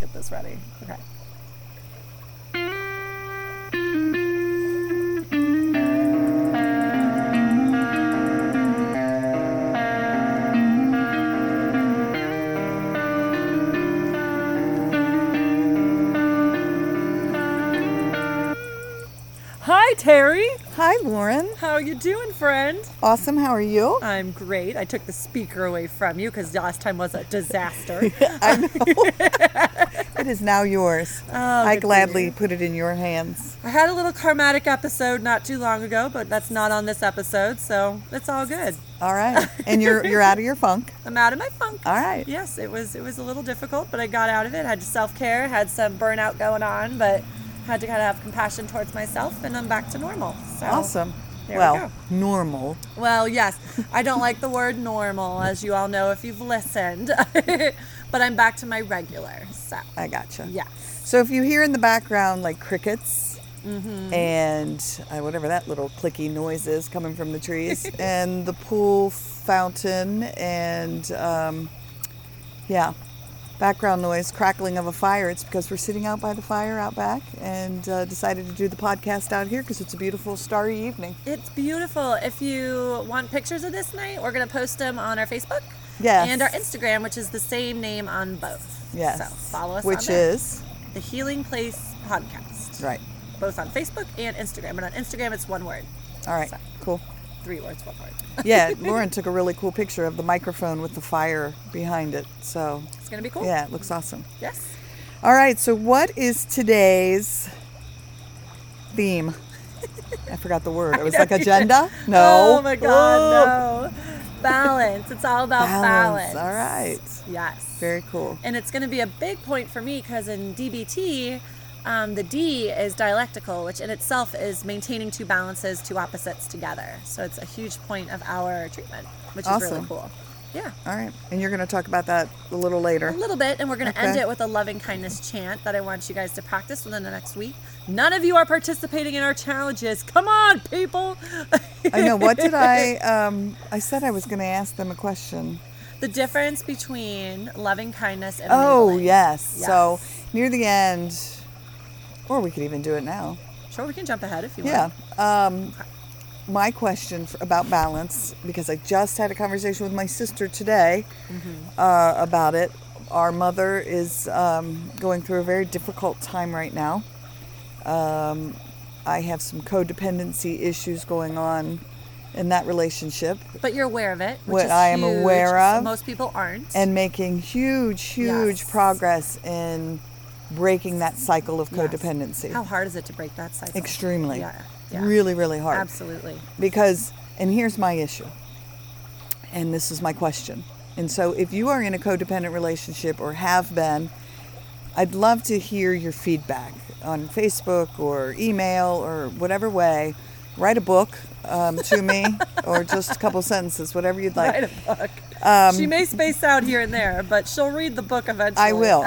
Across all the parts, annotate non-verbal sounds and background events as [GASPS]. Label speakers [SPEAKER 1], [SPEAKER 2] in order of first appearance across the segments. [SPEAKER 1] get this ready. Okay. Hi, Terry.
[SPEAKER 2] Hi, Lauren.
[SPEAKER 1] How you doing, friend?
[SPEAKER 2] Awesome. How are you?
[SPEAKER 1] I'm great. I took the speaker away from you because last time was a disaster.
[SPEAKER 2] I know. it is
[SPEAKER 1] [LAUGHS]
[SPEAKER 2] now yours. I
[SPEAKER 1] Oh, good for
[SPEAKER 2] gladly
[SPEAKER 1] you.
[SPEAKER 2] put it in
[SPEAKER 1] [LAUGHS]
[SPEAKER 2] your hands.
[SPEAKER 1] I had a little karmatic episode not too long ago, but that's not on this episode, so it's all good.
[SPEAKER 2] All right. And you're you're out of your funk.
[SPEAKER 1] I'm out of my funk.
[SPEAKER 2] All right.
[SPEAKER 1] Yes, it was it was a little difficult, but I got out of it. Had self care, had some burnout going on, but had to kind of have compassion towards myself, and I'm back to normal. So.
[SPEAKER 2] Awesome.
[SPEAKER 1] There we
[SPEAKER 2] well, normal.
[SPEAKER 1] Well, yes, I don't like the word normal, as you all know if you've listened, [LAUGHS] but I'm back to my regular. So
[SPEAKER 2] I gotcha.
[SPEAKER 1] yes,
[SPEAKER 2] So if you hear in the background like crickets
[SPEAKER 1] Mm-hmm.
[SPEAKER 2] and uh, whatever that little clicky noise is coming from
[SPEAKER 1] [LAUGHS]
[SPEAKER 2] the trees and the pool fountain and um, yeah, background noise, crackling of a fire, it's because we're sitting out by the fire out back and uh, decided to do the podcast out here because it's a beautiful starry evening.
[SPEAKER 1] it's beautiful. If you want pictures of this night, we're gonna post them on our Facebook.
[SPEAKER 2] Yes.
[SPEAKER 1] And our Instagram, which is the same name on both.
[SPEAKER 2] Yes.
[SPEAKER 1] So follow us
[SPEAKER 2] Which
[SPEAKER 1] on there.
[SPEAKER 2] is,
[SPEAKER 1] The Healing Place Podcast.
[SPEAKER 2] right.
[SPEAKER 1] Both on Facebook and Instagram. And on Instagram, it's one word.
[SPEAKER 2] All right,
[SPEAKER 1] So-
[SPEAKER 2] cool.
[SPEAKER 1] Three words, one word. [LAUGHS]
[SPEAKER 2] Yeah, Lauren took a really cool picture of the microphone with the fire behind it. So,
[SPEAKER 1] It's gonna be cool.
[SPEAKER 2] yeah, it looks awesome.
[SPEAKER 1] Yes.
[SPEAKER 2] All right, so what is today's theme? [LAUGHS] I forgot the word. It was like agenda? No.
[SPEAKER 1] Oh my
[SPEAKER 2] Oh,
[SPEAKER 1] God, no. Balance. It's all about
[SPEAKER 2] Balance.
[SPEAKER 1] balance.
[SPEAKER 2] All right.
[SPEAKER 1] Yes.
[SPEAKER 2] Very cool.
[SPEAKER 1] And it's going to be a big point for me because in DBT, um, the D is dialectical, which in itself is maintaining two balances, two opposites together. So it's a huge point of our treatment, which is really
[SPEAKER 2] Awesome.
[SPEAKER 1] cool. Yeah.
[SPEAKER 2] All right. And you're going to talk about that a little later.
[SPEAKER 1] A little bit, and we're going to end
[SPEAKER 2] Okay.
[SPEAKER 1] it with a loving kindness chant that I want you guys to practice within the next week. None of you are participating in our challenges. Come on, people. [LAUGHS]
[SPEAKER 2] I know. What did I um I said I was going to ask them a question.
[SPEAKER 1] the difference between loving kindness and
[SPEAKER 2] Oh,
[SPEAKER 1] enabling.
[SPEAKER 2] yes. So,
[SPEAKER 1] Yes.
[SPEAKER 2] near the end or we could even do it now.
[SPEAKER 1] Sure, we can jump ahead if you
[SPEAKER 2] Yeah.
[SPEAKER 1] want.
[SPEAKER 2] Um, my question f about balance, because I just had a conversation with my sister today
[SPEAKER 1] Mm-hmm.
[SPEAKER 2] uh, about it. Our mother is um, going through a very difficult time right now. Um, I have some codependency issues going on in that relationship
[SPEAKER 1] But you're aware of it, which
[SPEAKER 2] What
[SPEAKER 1] is
[SPEAKER 2] I am
[SPEAKER 1] huge.
[SPEAKER 2] aware of.
[SPEAKER 1] Most people aren't.
[SPEAKER 2] and making huge, huge
[SPEAKER 1] Yes.
[SPEAKER 2] progress in breaking that cycle of
[SPEAKER 1] Yes.
[SPEAKER 2] codependency.
[SPEAKER 1] How hard is it to break that cycle?
[SPEAKER 2] Extremely.
[SPEAKER 1] Yeah. yeah.
[SPEAKER 2] Really, really hard.
[SPEAKER 1] Absolutely.
[SPEAKER 2] because and here's my issue and this is my question and so if you are in a codependent relationship or have been i'd love to hear your feedback on facebook or email or whatever way write a book um, to
[SPEAKER 1] [LAUGHS]
[SPEAKER 2] me or just a couple sentences whatever you'd like um,
[SPEAKER 1] Write a book. she may space out here and there, but she'll read the book eventually.
[SPEAKER 2] i will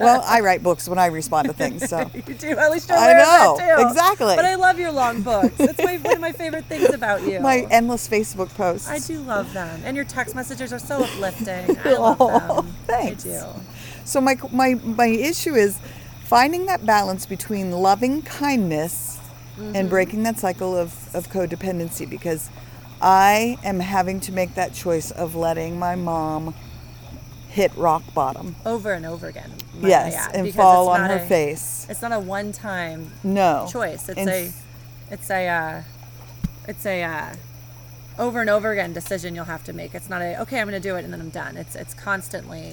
[SPEAKER 2] well i write books when i respond to things so
[SPEAKER 1] [LAUGHS] You do. At least you're
[SPEAKER 2] I
[SPEAKER 1] aware of
[SPEAKER 2] know,
[SPEAKER 1] that too.
[SPEAKER 2] exactly.
[SPEAKER 1] But I love your long books. It's my, one of my favorite things about you.
[SPEAKER 2] my endless facebook posts
[SPEAKER 1] I do love them, and your text messages are so
[SPEAKER 2] [LAUGHS]
[SPEAKER 1] uplifting. I love
[SPEAKER 2] Oh,
[SPEAKER 1] them.
[SPEAKER 2] thanks.
[SPEAKER 1] I do.
[SPEAKER 2] So my my my issue is finding that balance between loving kindness
[SPEAKER 1] Mm-hmm.
[SPEAKER 2] and breaking that cycle of of codependency because I am having to make that choice of letting my mom hit rock bottom.
[SPEAKER 1] Over and over again. might I
[SPEAKER 2] yes,
[SPEAKER 1] add,
[SPEAKER 2] and
[SPEAKER 1] because
[SPEAKER 2] fall
[SPEAKER 1] it's
[SPEAKER 2] on
[SPEAKER 1] not
[SPEAKER 2] her
[SPEAKER 1] a-
[SPEAKER 2] face.
[SPEAKER 1] It's not a one-time
[SPEAKER 2] No.
[SPEAKER 1] choice. It's
[SPEAKER 2] Oh. And
[SPEAKER 1] a, it's a, uh, it's a uh, over and over again decision you'll have to make. It's not a okay, I'm going to do it and then I'm done. It's it's constantly,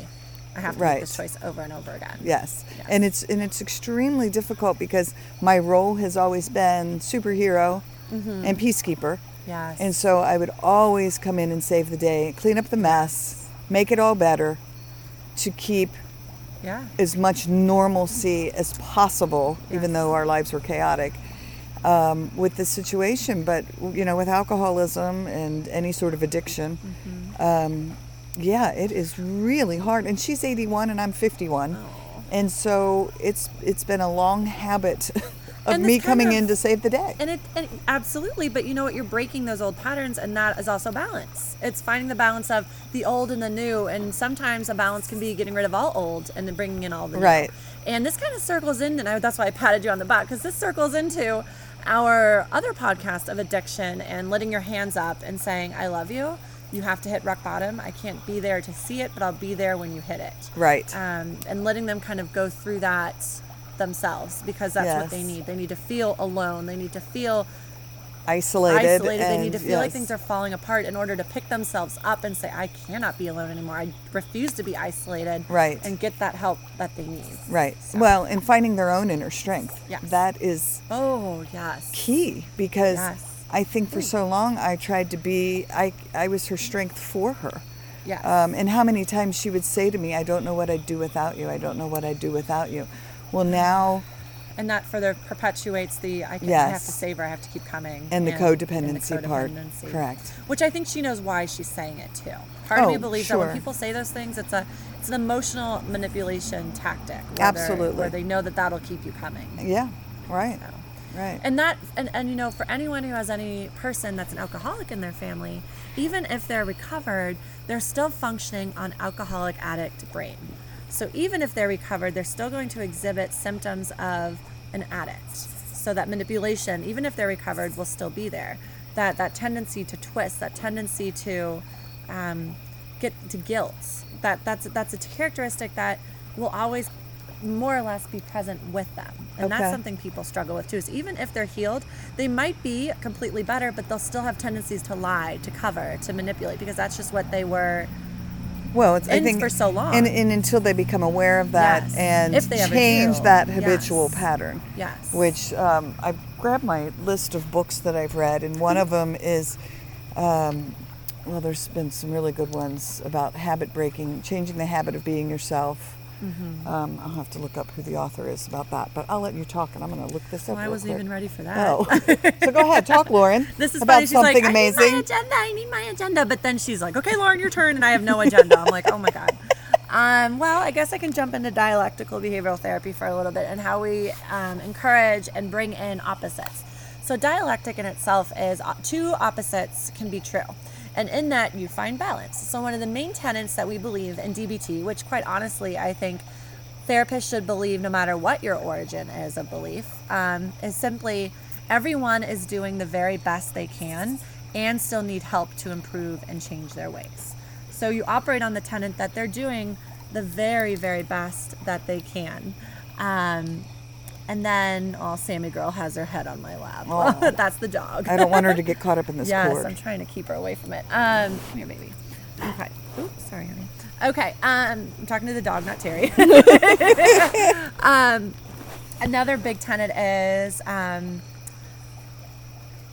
[SPEAKER 1] I have to make this
[SPEAKER 2] Right.
[SPEAKER 1] choice over and over again.
[SPEAKER 2] Yes.
[SPEAKER 1] Yes.
[SPEAKER 2] And it's and it's extremely difficult because my role has always been superhero
[SPEAKER 1] Mm-hmm.
[SPEAKER 2] and peacekeeper.
[SPEAKER 1] Yes.
[SPEAKER 2] And so I would always come in and save the day, clean up the mess, make it all better to keep
[SPEAKER 1] yeah.
[SPEAKER 2] as much normalcy as possible, even
[SPEAKER 1] Yes.
[SPEAKER 2] though our lives were chaotic um, with this situation. But, you know, with alcoholism and any sort of addiction,
[SPEAKER 1] Mm-hmm.
[SPEAKER 2] um, yeah, it is really hard. And she's 81 and I'm 51.
[SPEAKER 1] Oh.
[SPEAKER 2] And so it's it's been a long habit [LAUGHS] of
[SPEAKER 1] And
[SPEAKER 2] me
[SPEAKER 1] this kind
[SPEAKER 2] coming
[SPEAKER 1] of-
[SPEAKER 2] in to save the day.
[SPEAKER 1] And it, and absolutely, but you know what? You're breaking those old patterns, and that is also balance. It's finding the balance of the old and the new, and sometimes a balance can be getting rid of all old and then bringing in all the new.
[SPEAKER 2] Right.
[SPEAKER 1] And this kind of circles in, and I, that's why I patted you on the back because this circles into our other podcast of addiction and letting your hands up and saying, "I love you." You have to hit rock bottom. I can't be there to see it, but I'll be there when you hit it
[SPEAKER 2] Right.
[SPEAKER 1] um, and letting them kind of go through that themselves because that's what they
[SPEAKER 2] Yes.
[SPEAKER 1] need. They need to feel alone. They need to feel
[SPEAKER 2] isolated.
[SPEAKER 1] isolated. they need
[SPEAKER 2] and-
[SPEAKER 1] to feel like
[SPEAKER 2] yes.
[SPEAKER 1] things are falling apart in order to pick themselves up and say, "I cannot be alone anymore. I refuse to be isolated."
[SPEAKER 2] Right.
[SPEAKER 1] And get that help that they need.
[SPEAKER 2] Right. Well, and finding their own inner strength.
[SPEAKER 1] Yes.
[SPEAKER 2] That is
[SPEAKER 1] Oh yes.
[SPEAKER 2] key because
[SPEAKER 1] Yes. Hmm.
[SPEAKER 2] I think for so long I tried to be, I, I was her strength for her.
[SPEAKER 1] Yes.
[SPEAKER 2] Um, and how many times she would say to me, I don't know what I'd do without you. I don't know what I'd do without you. Well,
[SPEAKER 1] Hmm.
[SPEAKER 2] now,
[SPEAKER 1] and that further perpetuates the I, can, I have
[SPEAKER 2] Yes.
[SPEAKER 1] to save her. I have to keep coming.
[SPEAKER 2] And the codependency part.
[SPEAKER 1] codependency.
[SPEAKER 2] Correct.
[SPEAKER 1] Which I think she knows why she's saying it too. Part of me
[SPEAKER 2] Oh,
[SPEAKER 1] believes that
[SPEAKER 2] sure.
[SPEAKER 1] when people say those things, it's a it's an emotional manipulation tactic. where they're-
[SPEAKER 2] Absolutely.
[SPEAKER 1] Where they know that that'll keep you coming.
[SPEAKER 2] yeah, right. Right.
[SPEAKER 1] And that, and, and you know, for anyone who has any person that's an alcoholic in their family, even if they're recovered, they're still functioning on alcoholic addict brain. So even if they're recovered, they're still going to exhibit symptoms of an addict. So that manipulation, even if they're recovered, will still be there. That that tendency to twist, that tendency to um, get to guilt. That that's that's a characteristic that will always more or less be present with them. And that's
[SPEAKER 2] Okay.
[SPEAKER 1] something people struggle with too. Is even if they're healed, they might be completely better, but they'll still have tendencies to lie, to cover, to manipulate because that's just what they were.
[SPEAKER 2] well, it's, I
[SPEAKER 1] ends
[SPEAKER 2] think
[SPEAKER 1] for so long.
[SPEAKER 2] and, and until they become aware of that
[SPEAKER 1] Yes.
[SPEAKER 2] and
[SPEAKER 1] If they ever
[SPEAKER 2] change
[SPEAKER 1] do.
[SPEAKER 2] that habitual
[SPEAKER 1] Yes.
[SPEAKER 2] pattern.
[SPEAKER 1] Yes.
[SPEAKER 2] Which um, I grabbed my list of books that I've read, and one of
[SPEAKER 1] Mm-hmm.
[SPEAKER 2] them is, um, well, there's been some really good ones about habit breaking, changing the habit of being yourself.
[SPEAKER 1] Mm-hmm.
[SPEAKER 2] Um, I'll have to look up who the author is about that, but I'll let you talk, and I'm going to look this up.
[SPEAKER 1] Well, I
[SPEAKER 2] real
[SPEAKER 1] wasn't
[SPEAKER 2] quick.
[SPEAKER 1] even ready for that.
[SPEAKER 2] Oh, [LAUGHS] so go ahead, talk, Lauren.
[SPEAKER 1] [LAUGHS] This is
[SPEAKER 2] about
[SPEAKER 1] funny. She's
[SPEAKER 2] something
[SPEAKER 1] like,
[SPEAKER 2] amazing.
[SPEAKER 1] I need my agenda. I need my agenda. But then she's like, okay, Lauren, your turn. And I have no agenda. I'm like, oh my God. Um, well, I guess I can jump into dialectical behavioral therapy for a little bit and how we um, encourage and bring in opposites. So, dialectic in itself is uh, two opposites can be true. And in that, you find balance. So, one of the main tenets that we believe in DBT, which quite honestly, I think therapists should believe no matter what your origin is of belief um, is simply everyone is doing the very best they can and still need help to improve and change their ways so you operate on the tenant that they're doing the very very best that they can um, and then oh sammy girl has her head on my lap [LAUGHS] that's the dog
[SPEAKER 2] I don't want her to get caught up in
[SPEAKER 1] [LAUGHS]
[SPEAKER 2] this
[SPEAKER 1] yes,
[SPEAKER 2] cord.
[SPEAKER 1] I'm trying to keep her away from it. Um, come here, baby. Okay. Oops, sorry, honey. Okay. Um, I'm talking to the dog, not [LAUGHS] Terry. um, another big tenet is um,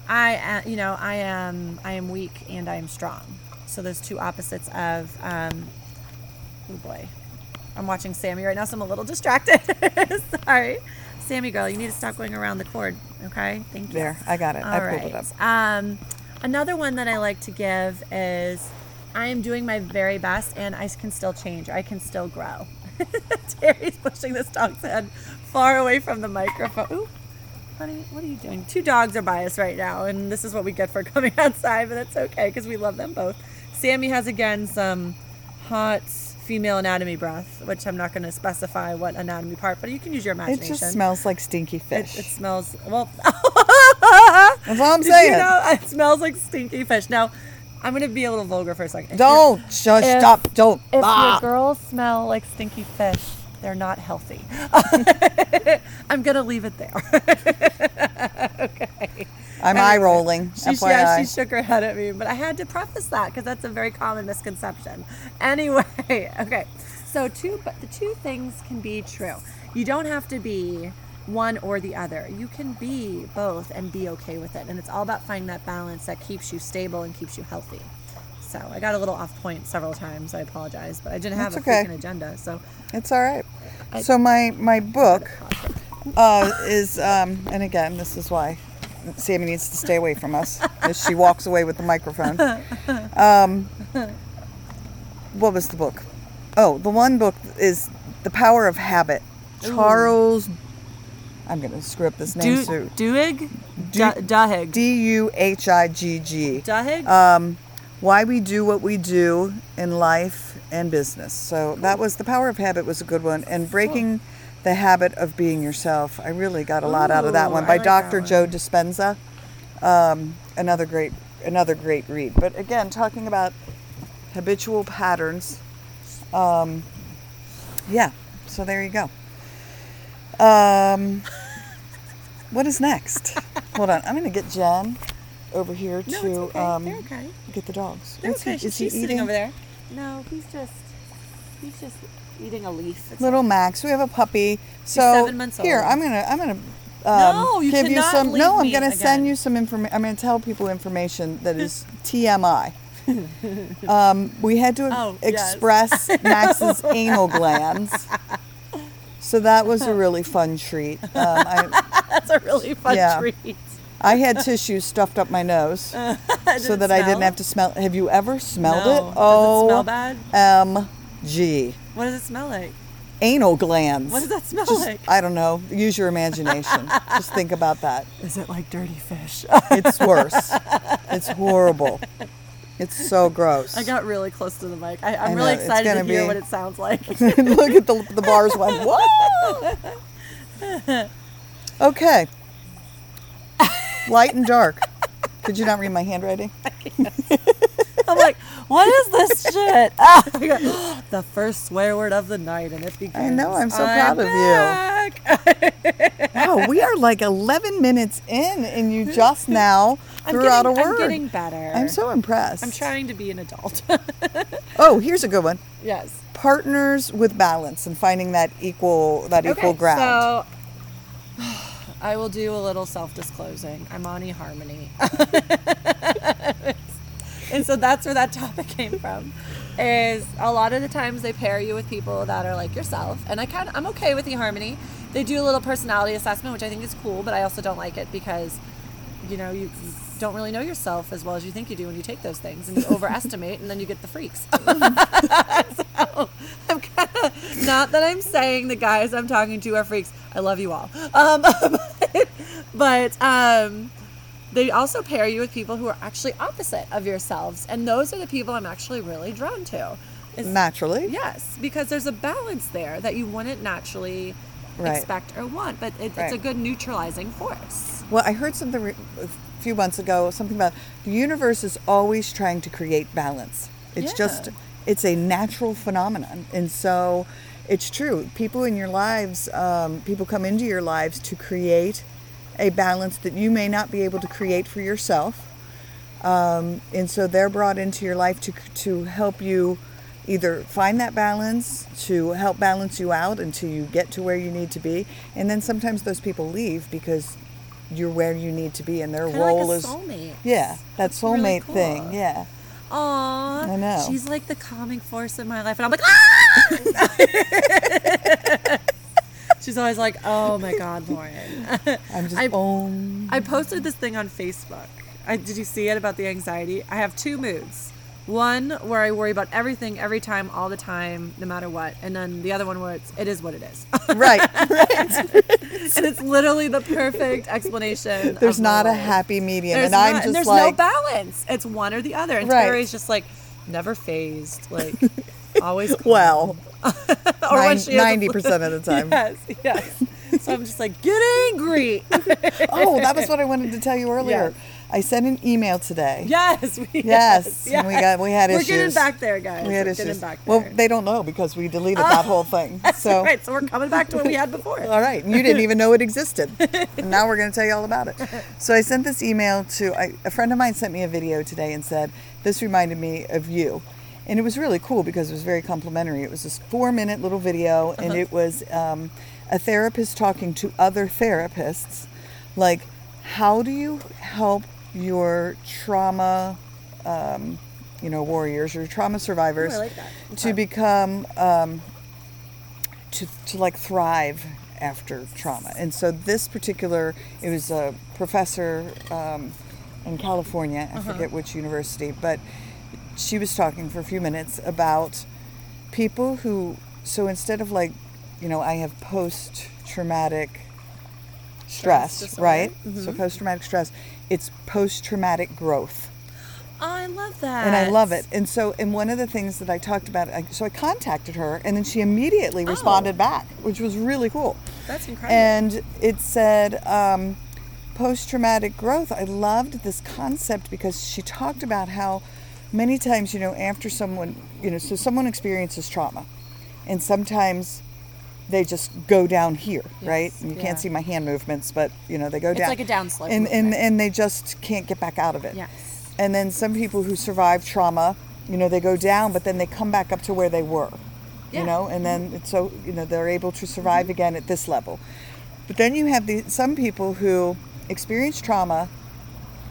[SPEAKER 1] I, am- you know, I am I am weak and I am strong. So those two opposites of um, oh boy, I'm watching Sammy right now, so I'm a little distracted. [LAUGHS] sorry, Sammy girl, you need to stop going around the cord. Okay, thank you.
[SPEAKER 2] There, I got it. I pulled it up.
[SPEAKER 1] Um, another one that I like to give is I am doing my very best and I can still change. I can still grow. [LAUGHS] Terry's pushing this dog's head far away from the microphone. Ooh, honey, what are you doing? Two dogs are by us right now, and this is what we get for [LAUGHS] coming outside, but that's okay because we love them both. Sammy has again some hot female anatomy breath, which I'm not going to specify what anatomy part, but you can use your
[SPEAKER 2] It
[SPEAKER 1] imagination.
[SPEAKER 2] just smells like stinky
[SPEAKER 1] It,
[SPEAKER 2] fish.
[SPEAKER 1] it smells well. [LAUGHS]
[SPEAKER 2] That's all I'm
[SPEAKER 1] Did
[SPEAKER 2] saying.
[SPEAKER 1] You know, it smells like stinky fish. Now, I'm gonna be a little vulgar for a second. If your-
[SPEAKER 2] Don't shush,
[SPEAKER 1] if-
[SPEAKER 2] stop, don't.
[SPEAKER 1] If
[SPEAKER 2] Ah.
[SPEAKER 1] your girls smell like stinky fish, they're not healthy. [LAUGHS] I'm gonna leave it there. [LAUGHS]
[SPEAKER 2] I'm eye rolling.
[SPEAKER 1] She,
[SPEAKER 2] FYI.
[SPEAKER 1] yeah, she shook her head at me, but I had to preface that because that's a very common misconception. [LAUGHS] Anyway, okay. So two, but the two things can be true. You don't have to be one or the other. You can be both and be okay with it. And it's all about finding that balance that keeps you stable and keeps you healthy. So I got a little off point several times. I apologize, but I didn't have
[SPEAKER 2] That's
[SPEAKER 1] a
[SPEAKER 2] okay.
[SPEAKER 1] freaking agenda. So
[SPEAKER 2] It's all right. so my my book uh, is, um, and again, this is why Sammy needs to stay away from us as she walks away with the microphone. Um, what was the book? Oh, the one book is The Power of Habit. Charles I'm going to screw up this name
[SPEAKER 3] Du-
[SPEAKER 2] soon.
[SPEAKER 3] Duig?
[SPEAKER 2] Du-
[SPEAKER 3] Du- Duhig.
[SPEAKER 2] D U H I G G.
[SPEAKER 3] Duhig?
[SPEAKER 2] Um, why we do what we do in life and business. So that was the power of habit was a good one, and breaking the habit of being yourself. I really got a lot out of that
[SPEAKER 1] Ooh,
[SPEAKER 2] one
[SPEAKER 1] I
[SPEAKER 2] by
[SPEAKER 1] like that
[SPEAKER 2] Dr.
[SPEAKER 1] one.
[SPEAKER 2] Joe Dispenza. Um, another great, another great read. But again, talking about habitual patterns. Um, yeah. So there you go. Um, what
[SPEAKER 1] [LAUGHS]
[SPEAKER 2] is next? Hold on, I'm gonna get Jen over here
[SPEAKER 1] No,
[SPEAKER 2] to
[SPEAKER 1] it's okay.
[SPEAKER 2] um,
[SPEAKER 1] They're okay.
[SPEAKER 2] get the dogs.
[SPEAKER 1] They're
[SPEAKER 2] What's he-
[SPEAKER 1] okay.
[SPEAKER 2] is he
[SPEAKER 1] She's sitting
[SPEAKER 2] eating?
[SPEAKER 1] over there. No, he's just he's just eating a leaf. It's
[SPEAKER 2] Little Max, we have a puppy. So
[SPEAKER 1] seven months
[SPEAKER 2] here,
[SPEAKER 1] old.
[SPEAKER 2] I'm gonna, I'm gonna. Um,
[SPEAKER 3] No, you
[SPEAKER 2] give you
[SPEAKER 3] cannot
[SPEAKER 2] some.
[SPEAKER 3] leave
[SPEAKER 2] No, I'm
[SPEAKER 3] me
[SPEAKER 2] gonna
[SPEAKER 3] again.
[SPEAKER 2] send you some information. I'm gonna tell people information
[SPEAKER 1] [LAUGHS]
[SPEAKER 2] that is TMI. um, we had to
[SPEAKER 1] Oh, yes. [LAUGHS]
[SPEAKER 2] express Max's anal glands, so that was a really fun treat. Um, I,
[SPEAKER 1] [LAUGHS] That's a really fun
[SPEAKER 2] Yeah.
[SPEAKER 1] treat.
[SPEAKER 2] I had tissue stuffed up my nose so
[SPEAKER 1] [LAUGHS] it
[SPEAKER 2] that I didn't
[SPEAKER 1] smell?
[SPEAKER 2] have to smell. Have you ever smelled
[SPEAKER 1] No.
[SPEAKER 2] it?
[SPEAKER 1] Does it
[SPEAKER 2] Oh,
[SPEAKER 1] smell bad?
[SPEAKER 2] M G.
[SPEAKER 1] What does it smell like?
[SPEAKER 2] Anal glands.
[SPEAKER 1] What does that smell
[SPEAKER 2] Just-
[SPEAKER 1] like?
[SPEAKER 2] I don't know. Use
[SPEAKER 1] [LAUGHS]
[SPEAKER 2] your imagination. Just think about that.
[SPEAKER 3] Is it like dirty fish?
[SPEAKER 2] It's worse. it's horrible. It's so gross.
[SPEAKER 1] I got really close to the mic. I,
[SPEAKER 2] I
[SPEAKER 1] I'm
[SPEAKER 2] know,
[SPEAKER 1] really
[SPEAKER 2] it's
[SPEAKER 1] excited to
[SPEAKER 2] gonna
[SPEAKER 1] hear
[SPEAKER 2] be-
[SPEAKER 1] what it sounds like. [LAUGHS]
[SPEAKER 2] [LAUGHS] Look at the the bars went. Whoa. Okay. Light and dark. Could you not read my handwriting?
[SPEAKER 3] I'm like, what is this shit?
[SPEAKER 1] [LAUGHS] I got [GASPS] the first swear word of the night, and it begins.
[SPEAKER 2] I know, I'm so proud of you."
[SPEAKER 1] of you.
[SPEAKER 2] Wow, we are like 11 minutes in, and you just now
[SPEAKER 1] [LAUGHS] I'm
[SPEAKER 2] threw out a
[SPEAKER 1] getting-
[SPEAKER 2] word.
[SPEAKER 1] I'm getting better.
[SPEAKER 2] I'm so impressed.
[SPEAKER 1] I'm trying to be an adult. [LAUGHS]
[SPEAKER 2] Oh, here's a good one.
[SPEAKER 1] yes.
[SPEAKER 2] Partners with balance and finding that equal that equal ground.
[SPEAKER 1] So [SIGHS] I will do a little self-disclosing. I'm on eHarmony. [LAUGHS] and so that's where that topic came from. Is a lot of the times they pair you with people that are like yourself, and I kind of I'm okay with eHarmony. They do a little personality assessment, which I think is cool, but I also don't like it because you know you don't really know yourself as well as you think you do when you take those things and you overestimate and then you get the freaks [LAUGHS] Oh, I'm kind of not that I'm saying the guys I'm talking to are freaks. I love you all. Um, [LAUGHS] but, but, um, they also pair you with people who are actually opposite of yourselves, and those are the people I'm actually really drawn to. Is-
[SPEAKER 2] Naturally.
[SPEAKER 1] yes, because there's a balance there that you wouldn't naturally
[SPEAKER 2] Right.
[SPEAKER 1] expect or want, but it,
[SPEAKER 2] Right.
[SPEAKER 1] it's a good neutralizing force.
[SPEAKER 2] Well, I heard something re- a few months ago, something about the universe is always trying to create balance. It's
[SPEAKER 1] Yeah.
[SPEAKER 2] just, it's a natural phenomenon. And so it's true. People in your lives, um, people come into your lives to create a balance that you may not be able to create for yourself. Um, and so they're brought into your life to, to help you either find that balance, to help balance you out until you get to where you need to be. And then sometimes those people leave because you're where you need to be and their
[SPEAKER 1] Kinda like a
[SPEAKER 2] role is.
[SPEAKER 1] soulmate.
[SPEAKER 2] Yeah, that
[SPEAKER 1] That's really
[SPEAKER 2] soulmate thing.
[SPEAKER 1] cool.
[SPEAKER 2] Yeah.
[SPEAKER 1] Aww.
[SPEAKER 2] I know.
[SPEAKER 1] She's like the calming force in my life. And I'm like, ah! She's always like, oh my God, Lauren.
[SPEAKER 2] I'm just,
[SPEAKER 1] I- [LAUGHS]
[SPEAKER 2] om.
[SPEAKER 1] I posted this thing on Facebook. I, did you see it about the anxiety? I have two moods. One where I worry about everything, every time, all the time, no matter what. And then the other one where it's, it is what it is. [LAUGHS]
[SPEAKER 2] right.
[SPEAKER 1] and it's literally the perfect explanation.
[SPEAKER 2] There's
[SPEAKER 1] of my
[SPEAKER 2] not a
[SPEAKER 1] life.
[SPEAKER 2] happy medium.
[SPEAKER 1] There's
[SPEAKER 2] and I'm
[SPEAKER 1] not-
[SPEAKER 2] just
[SPEAKER 1] there's
[SPEAKER 2] like,
[SPEAKER 1] no balance. It's one or the other. And
[SPEAKER 2] Right.
[SPEAKER 1] Terry's just like never phased, like
[SPEAKER 2] [LAUGHS]
[SPEAKER 1] always. Calm.
[SPEAKER 2] well,
[SPEAKER 1] [LAUGHS] or when [LAUGHS]
[SPEAKER 2] nine-
[SPEAKER 1] she has a
[SPEAKER 2] 90% of the time.
[SPEAKER 1] [LAUGHS] Yes, yes. so I'm just like, get angry. [LAUGHS]
[SPEAKER 2] Oh, that was what I wanted to tell you earlier. I sent an email today.
[SPEAKER 1] yes, we,
[SPEAKER 2] Yes, and we got- we had
[SPEAKER 1] We're
[SPEAKER 2] issues.
[SPEAKER 1] getting back there, guys.
[SPEAKER 2] We had
[SPEAKER 1] We're
[SPEAKER 2] issues.
[SPEAKER 1] Getting back there. Ah,
[SPEAKER 2] Well,
[SPEAKER 1] [LAUGHS]
[SPEAKER 2] they don't know because we deleted that whole thing. So,
[SPEAKER 1] right. So we're coming back to what we had
[SPEAKER 2] [LAUGHS]
[SPEAKER 1] before.
[SPEAKER 2] all right, you didn't even know it
[SPEAKER 1] [LAUGHS]
[SPEAKER 2] existed, and now we're going to tell you all about it. So, I sent this email to I, a friend of mine. Sent me a video today and said this reminded me of you, and it was really cool because it was very complimentary. It was this four-minute little video, and
[SPEAKER 1] Uh-huh.
[SPEAKER 2] it was um, a therapist talking to other therapists, like how do you help your trauma you know warriors or trauma survivors
[SPEAKER 1] Ooh, I like that.
[SPEAKER 2] to become um, to, to like thrive after trauma and so this particular it was a professor um, in california
[SPEAKER 1] Uh-huh.
[SPEAKER 2] i forget which university but she was talking for a few minutes about people who so instead of like you know i have post traumatic stress,
[SPEAKER 1] disorder. Mm-hmm.
[SPEAKER 2] right? So post traumatic stress. It's post traumatic growth.
[SPEAKER 1] Oh, I love that.
[SPEAKER 2] and I love it. And so, and one of the things that I talked about, I, so I contacted her, and then she immediately responded back, which was really cool.
[SPEAKER 1] That's incredible.
[SPEAKER 2] And it said, um, post traumatic growth. I loved this concept because she talked about how many times, you know, after someone, you know, so someone experiences trauma, and sometimes they just go down here, right? And you
[SPEAKER 1] yeah.
[SPEAKER 2] can't see my hand movements, but, you know, they go down.
[SPEAKER 1] like a downslope
[SPEAKER 2] And, and,
[SPEAKER 1] movement.
[SPEAKER 2] and they just can't get back out of it.
[SPEAKER 1] Yes.
[SPEAKER 2] And then some people who survive trauma, you know, they go down, but then they come back up to where they were,
[SPEAKER 1] Yeah.
[SPEAKER 2] you know, and then it's so, you know, they're able to survive again at this level. But then you have the, some people who experience trauma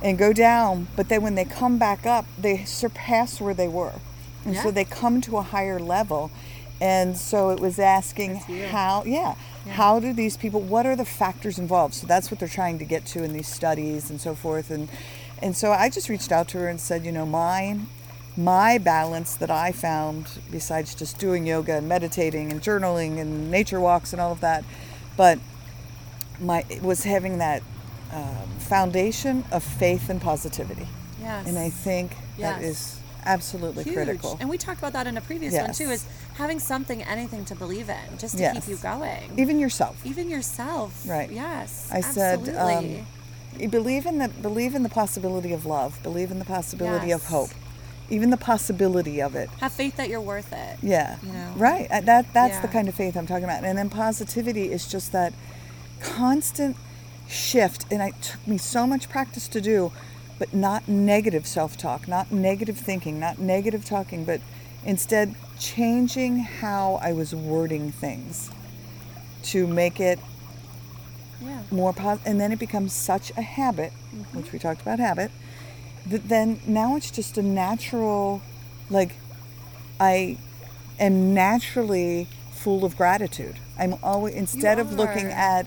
[SPEAKER 2] and go down, but then when they come back up, they surpass where they were. And so
[SPEAKER 1] Yeah.
[SPEAKER 2] they come to a higher level. And so it was asking how, yeah, how do these people, what are the factors involved? So that's what they're trying to get to in these studies and so forth. And, and so I just reached out to her and said, you know, my, my balance that I found, besides just doing yoga and meditating and journaling and nature walks and all of that, but my it was having that um, foundation of faith and positivity.
[SPEAKER 1] Yes.
[SPEAKER 2] And I think that
[SPEAKER 1] Yes.
[SPEAKER 2] is absolutely
[SPEAKER 1] Huge.
[SPEAKER 2] critical.
[SPEAKER 1] And we talked about that in a previous one
[SPEAKER 2] Yes.
[SPEAKER 1] too. Is having something, anything to believe in, just to
[SPEAKER 2] Yes.
[SPEAKER 1] keep you going.
[SPEAKER 2] Even yourself.
[SPEAKER 1] Even yourself.
[SPEAKER 2] Right.
[SPEAKER 1] Yes.
[SPEAKER 2] I
[SPEAKER 1] absolutely.
[SPEAKER 2] said, um, you believe in the believe in the possibility of love. Believe in the possibility of
[SPEAKER 1] Yes.
[SPEAKER 2] hope. Even the possibility of it.
[SPEAKER 1] have faith that you're worth it.
[SPEAKER 2] Yeah.
[SPEAKER 1] You know?
[SPEAKER 2] Right. Uh, That that's the
[SPEAKER 1] Yeah.
[SPEAKER 2] kind of faith I'm talking about. And then positivity is just that constant shift and it took me so much practice to do, but not negative self-talk, not negative thinking, not negative talking, but instead changing how I was wording things to make it
[SPEAKER 1] Yeah.
[SPEAKER 2] more positive and then it becomes such a habit
[SPEAKER 1] Mm-hmm.
[SPEAKER 2] which we talked about habit that then now it's just a natural like i am naturally full of gratitude i'm always instead of looking
[SPEAKER 1] are.
[SPEAKER 2] at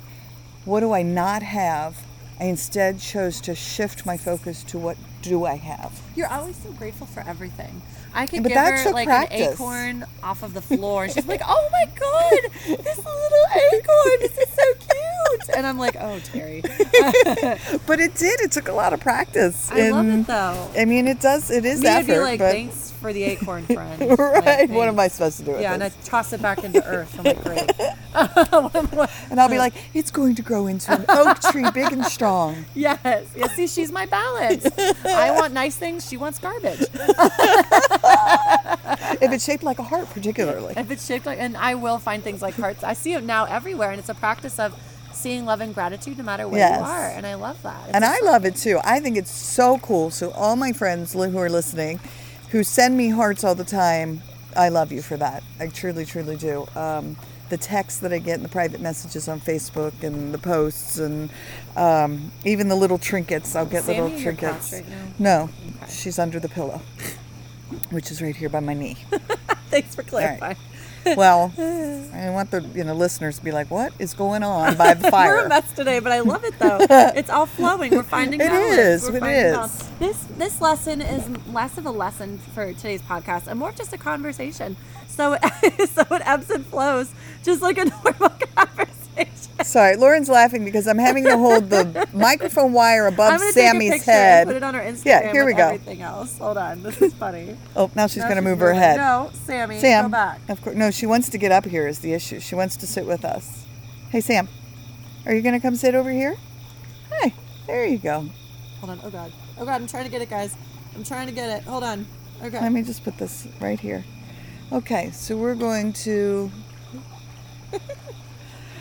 [SPEAKER 2] what do i not have i instead chose to shift my focus to what do i have
[SPEAKER 1] You're always so grateful for everything. I could
[SPEAKER 2] But
[SPEAKER 1] give
[SPEAKER 2] that's
[SPEAKER 1] her
[SPEAKER 2] a
[SPEAKER 1] like an
[SPEAKER 2] practice.
[SPEAKER 1] acorn off of the floor. and She's like, "Oh my god, this little acorn! This is so cute!" And I'm like, "Oh, Terry,
[SPEAKER 2] but it did it took a lot of practice
[SPEAKER 1] I love
[SPEAKER 2] and-
[SPEAKER 1] it though."
[SPEAKER 2] i mean it does it is
[SPEAKER 1] Me would
[SPEAKER 2] effort
[SPEAKER 1] be like,
[SPEAKER 2] but
[SPEAKER 1] "Thanks for the acorn, friend." Like,
[SPEAKER 2] [LAUGHS] right what am i
[SPEAKER 1] thanks.
[SPEAKER 2] supposed to do with
[SPEAKER 1] Yeah, and I
[SPEAKER 2] this?
[SPEAKER 1] toss it back into earth. I'm like,
[SPEAKER 2] [LAUGHS]
[SPEAKER 1] "Great."
[SPEAKER 2] and i'll be like it's going to grow into an oak tree big and strong
[SPEAKER 1] Yes. Yes. See, she's my balance. I want nice things. She wants garbage.
[SPEAKER 2] if it's shaped like a heart particularly
[SPEAKER 1] If it's shaped like, and I will find things like hearts. I see them now everywhere, and it's a practice of seeing love and gratitude no matter where
[SPEAKER 2] Yes.
[SPEAKER 1] you are, and I love that. It's
[SPEAKER 2] and i
[SPEAKER 1] just-
[SPEAKER 2] love it too i think it's so cool so all my friends li- who are listening who send me hearts all the time i love you for that i truly truly do um, the texts that i get and the private messages on facebook and the posts and um, even the little trinkets i'll get
[SPEAKER 1] Sandy
[SPEAKER 2] little
[SPEAKER 1] in your couch
[SPEAKER 2] trinkets
[SPEAKER 1] right
[SPEAKER 2] no she's under the pillow which is right here by my knee
[SPEAKER 1] Thanks for clarifying.
[SPEAKER 2] All
[SPEAKER 1] [LAUGHS]
[SPEAKER 2] well i don't want the you know listeners to be like what is going on by the
[SPEAKER 1] [LAUGHS]
[SPEAKER 2] fire
[SPEAKER 1] We're a mess today, but I love it
[SPEAKER 2] [LAUGHS]
[SPEAKER 1] though. it's all flowing. We're finding
[SPEAKER 2] It
[SPEAKER 1] balance.
[SPEAKER 2] is,
[SPEAKER 1] We're
[SPEAKER 2] it
[SPEAKER 1] finding
[SPEAKER 2] is.
[SPEAKER 1] balance. This this lesson is less of a lesson for today's podcast and more of just a conversation. So [LAUGHS] it, so it ebbs and flows, just like a [LAUGHS] normal conversation.
[SPEAKER 2] Sorry, Lauren's laughing because I'm having to hold
[SPEAKER 1] [LAUGHS]
[SPEAKER 2] the microphone wire
[SPEAKER 1] I'm
[SPEAKER 2] above
[SPEAKER 1] gonna take a
[SPEAKER 2] Sammy's
[SPEAKER 1] picture
[SPEAKER 2] head.
[SPEAKER 1] and put it on our Instagram.
[SPEAKER 2] Yeah, here we
[SPEAKER 1] with
[SPEAKER 2] go.
[SPEAKER 1] Everything else. Hold on. This is funny.
[SPEAKER 2] [LAUGHS] Oh, now she's
[SPEAKER 1] Now
[SPEAKER 2] going to
[SPEAKER 1] she's
[SPEAKER 2] move her
[SPEAKER 1] moving.
[SPEAKER 2] head.
[SPEAKER 1] No, Sammy,
[SPEAKER 2] Sam,
[SPEAKER 1] go back.
[SPEAKER 2] of course. No, she wants to get up here is the issue. She wants to sit with us. Hey, Sam, are you going to come sit over here? Hi. There you go.
[SPEAKER 1] Hold on. Oh god. Oh god. I'm trying to get it, guys. I'm trying to get it. Hold on. Okay.
[SPEAKER 2] Let me just put this right here. Okay, so we're going to.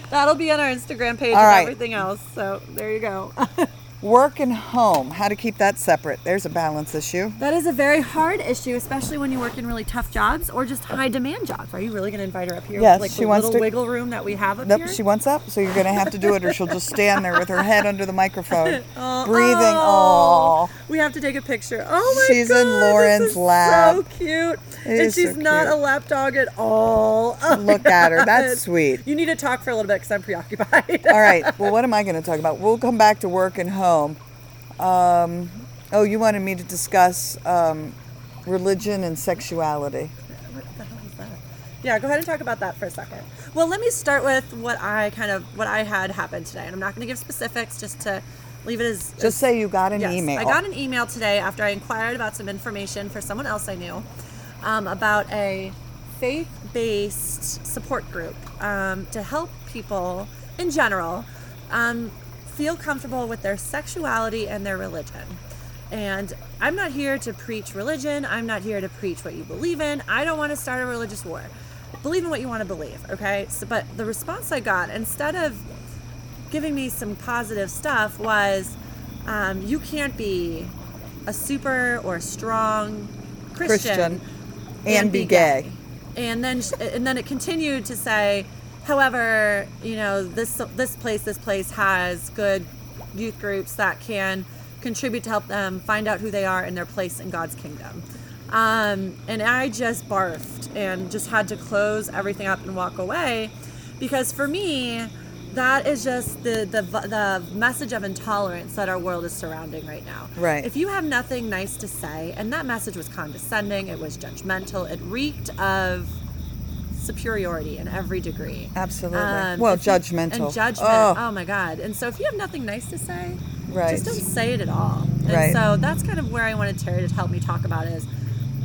[SPEAKER 1] That'll be on our Instagram page
[SPEAKER 2] All
[SPEAKER 1] and
[SPEAKER 2] right.
[SPEAKER 1] everything else. So there you go.
[SPEAKER 2] Work and home, how to keep that separate. There's a balance issue.
[SPEAKER 1] [LAUGHS] that is a very hard issue, especially when you work in really tough jobs or just high demand jobs. Are you really going to invite her up here?
[SPEAKER 2] Yes,
[SPEAKER 1] like
[SPEAKER 2] she
[SPEAKER 1] the
[SPEAKER 2] wants
[SPEAKER 1] little
[SPEAKER 2] to-
[SPEAKER 1] wiggle room that we have up
[SPEAKER 2] Nope,
[SPEAKER 1] here. Uh,
[SPEAKER 2] she wants up, so you're going to have to do it, or she'll just stand there with her head under
[SPEAKER 1] [LAUGHS]
[SPEAKER 2] the microphone,
[SPEAKER 1] Oh.
[SPEAKER 2] breathing. all.
[SPEAKER 1] We have to take a picture. Oh my
[SPEAKER 2] She's in
[SPEAKER 1] god, this
[SPEAKER 2] Lauren's
[SPEAKER 1] is
[SPEAKER 2] lap.
[SPEAKER 1] So cute.
[SPEAKER 2] It
[SPEAKER 1] and
[SPEAKER 2] is so
[SPEAKER 1] she's not
[SPEAKER 2] cute.
[SPEAKER 1] a lap dog at all. Oh,
[SPEAKER 2] Look at her. That's
[SPEAKER 1] God.
[SPEAKER 2] sweet.
[SPEAKER 1] [LAUGHS] You need to talk for a little bit because I'm preoccupied. [LAUGHS]
[SPEAKER 2] All right. Well, what am I going to talk about? We'll come back to work and home. Um, oh, you wanted me to discuss um, religion and sexuality.
[SPEAKER 1] yeah, go ahead and talk about that for a second. Well, let me start with what I kind of what I had happen today, and I'm not going to give specifics just to leave it as as-
[SPEAKER 2] Just say you got an
[SPEAKER 1] Yes,
[SPEAKER 2] email.
[SPEAKER 1] I got an email today after I inquired about some information for someone else I knew um, about a faith based support group um, to help people in general um, feel comfortable with their sexuality and their religion. And I'm not here to preach religion. I'm not here to preach what you believe in. I don't want to start a religious war. Believe in what you want to believe, okay? So, but the response I got, instead of giving me some positive stuff was um, you can't be a super or strong Christian,
[SPEAKER 2] Christian and be gay.
[SPEAKER 1] And then sh- and then it continued to say, however, you know this this place this place has good youth groups that can contribute to help them find out who they are and their place in God's kingdom. Um, and I just barfed and just had to close everything up and walk away because for me that is just the, the v- the message of intolerance that our world is surrounding right now
[SPEAKER 2] Right.
[SPEAKER 1] if you have nothing nice to say and that message was condescending it was judgmental it reeked of superiority in every degree Um,
[SPEAKER 2] Absolutely. Well,
[SPEAKER 1] if you-
[SPEAKER 2] judgmental.
[SPEAKER 1] and judgment
[SPEAKER 2] Oh.
[SPEAKER 1] oh. my god and so if you have nothing nice to say
[SPEAKER 2] Right.
[SPEAKER 1] just don't say it at all and
[SPEAKER 2] Right.
[SPEAKER 1] so that's kind of where i wanted terry to help me talk about is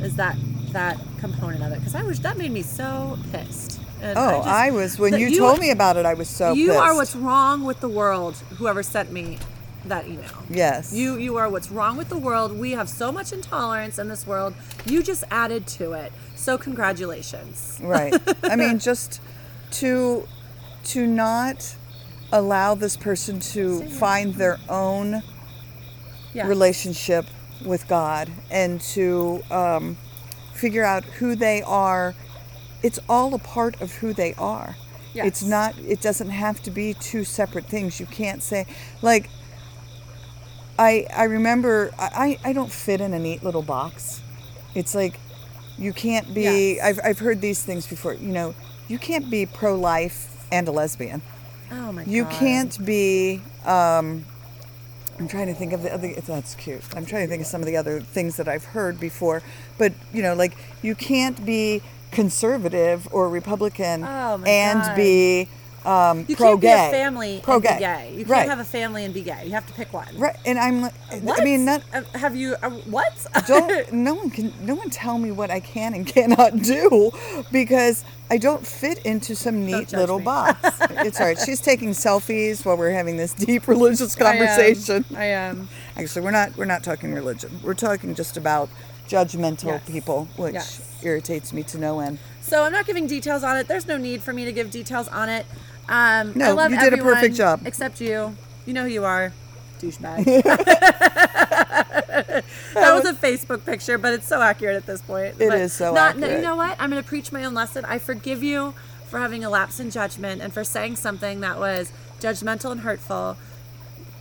[SPEAKER 1] is that that component of it because i was that made me so pissed And
[SPEAKER 2] Oh, I,
[SPEAKER 1] just-
[SPEAKER 2] was when
[SPEAKER 1] that
[SPEAKER 2] you, told me about it. I was so
[SPEAKER 1] you
[SPEAKER 2] pissed.
[SPEAKER 1] are what's wrong with the world. Whoever sent me that email.
[SPEAKER 2] Yes.
[SPEAKER 1] You you are what's wrong with the world. We have so much intolerance in this world. You just added to it. So congratulations.
[SPEAKER 2] right.
[SPEAKER 1] [LAUGHS]
[SPEAKER 2] I mean, just to to not allow this person to find their own
[SPEAKER 1] Yeah.
[SPEAKER 2] relationship with God and to um, figure out who they are. It's all a part of who they are. It's
[SPEAKER 1] Yes.
[SPEAKER 2] not, it doesn't have to be two separate things. You can't say, like, I, I remember I, I I don't fit in a neat little box. It's like you can't be,
[SPEAKER 1] Yes.
[SPEAKER 2] I've, I've heard these things before, you know, you can't be pro life and a lesbian.
[SPEAKER 1] oh my
[SPEAKER 2] You
[SPEAKER 1] god.
[SPEAKER 2] can't be. Um, I'm trying to think of the other. That's cute. I'm trying to think of some of the other things that I've heard before. But you know, like you can't be conservative or Republican
[SPEAKER 1] Oh, my
[SPEAKER 2] and
[SPEAKER 1] God.
[SPEAKER 2] be um,
[SPEAKER 1] You
[SPEAKER 2] pro
[SPEAKER 1] can't
[SPEAKER 2] gay.
[SPEAKER 1] be a family
[SPEAKER 2] pro
[SPEAKER 1] and
[SPEAKER 2] gay.
[SPEAKER 1] be gay. You can't
[SPEAKER 2] right.
[SPEAKER 1] have a family and be gay. You have to pick one.
[SPEAKER 2] right. And I'm like,
[SPEAKER 1] What?
[SPEAKER 2] I mean, not.
[SPEAKER 1] Uh, have you uh, what? [LAUGHS]
[SPEAKER 2] Don't no one can no one tell me what I can and cannot do because I don't fit into some neat
[SPEAKER 1] judge
[SPEAKER 2] little
[SPEAKER 1] me.
[SPEAKER 2] box. it's all right. She's taking selfies while we're having this deep [LAUGHS] religious [LAUGHS] conversation.
[SPEAKER 1] I am.
[SPEAKER 2] Actually, we're not we're not talking religion. We're talking just about judgmental
[SPEAKER 1] Yes.
[SPEAKER 2] people, which
[SPEAKER 1] Yes.
[SPEAKER 2] irritates me to no end.
[SPEAKER 1] So I'm not giving details on it. There's no need for me to give details on it. Um,
[SPEAKER 2] No,
[SPEAKER 1] I love
[SPEAKER 2] you did a
[SPEAKER 1] everyone
[SPEAKER 2] perfect job.
[SPEAKER 1] Except you. You know who you are.
[SPEAKER 2] [LAUGHS]
[SPEAKER 1] Douchebag. [LAUGHS] that was a Facebook picture, but it's so accurate at this point.
[SPEAKER 2] It
[SPEAKER 1] It is
[SPEAKER 2] is so
[SPEAKER 1] You
[SPEAKER 2] accurate.
[SPEAKER 1] know what? I'm going to preach my own lesson. I forgive you for having a lapse in judgment and for saying something that was judgmental and hurtful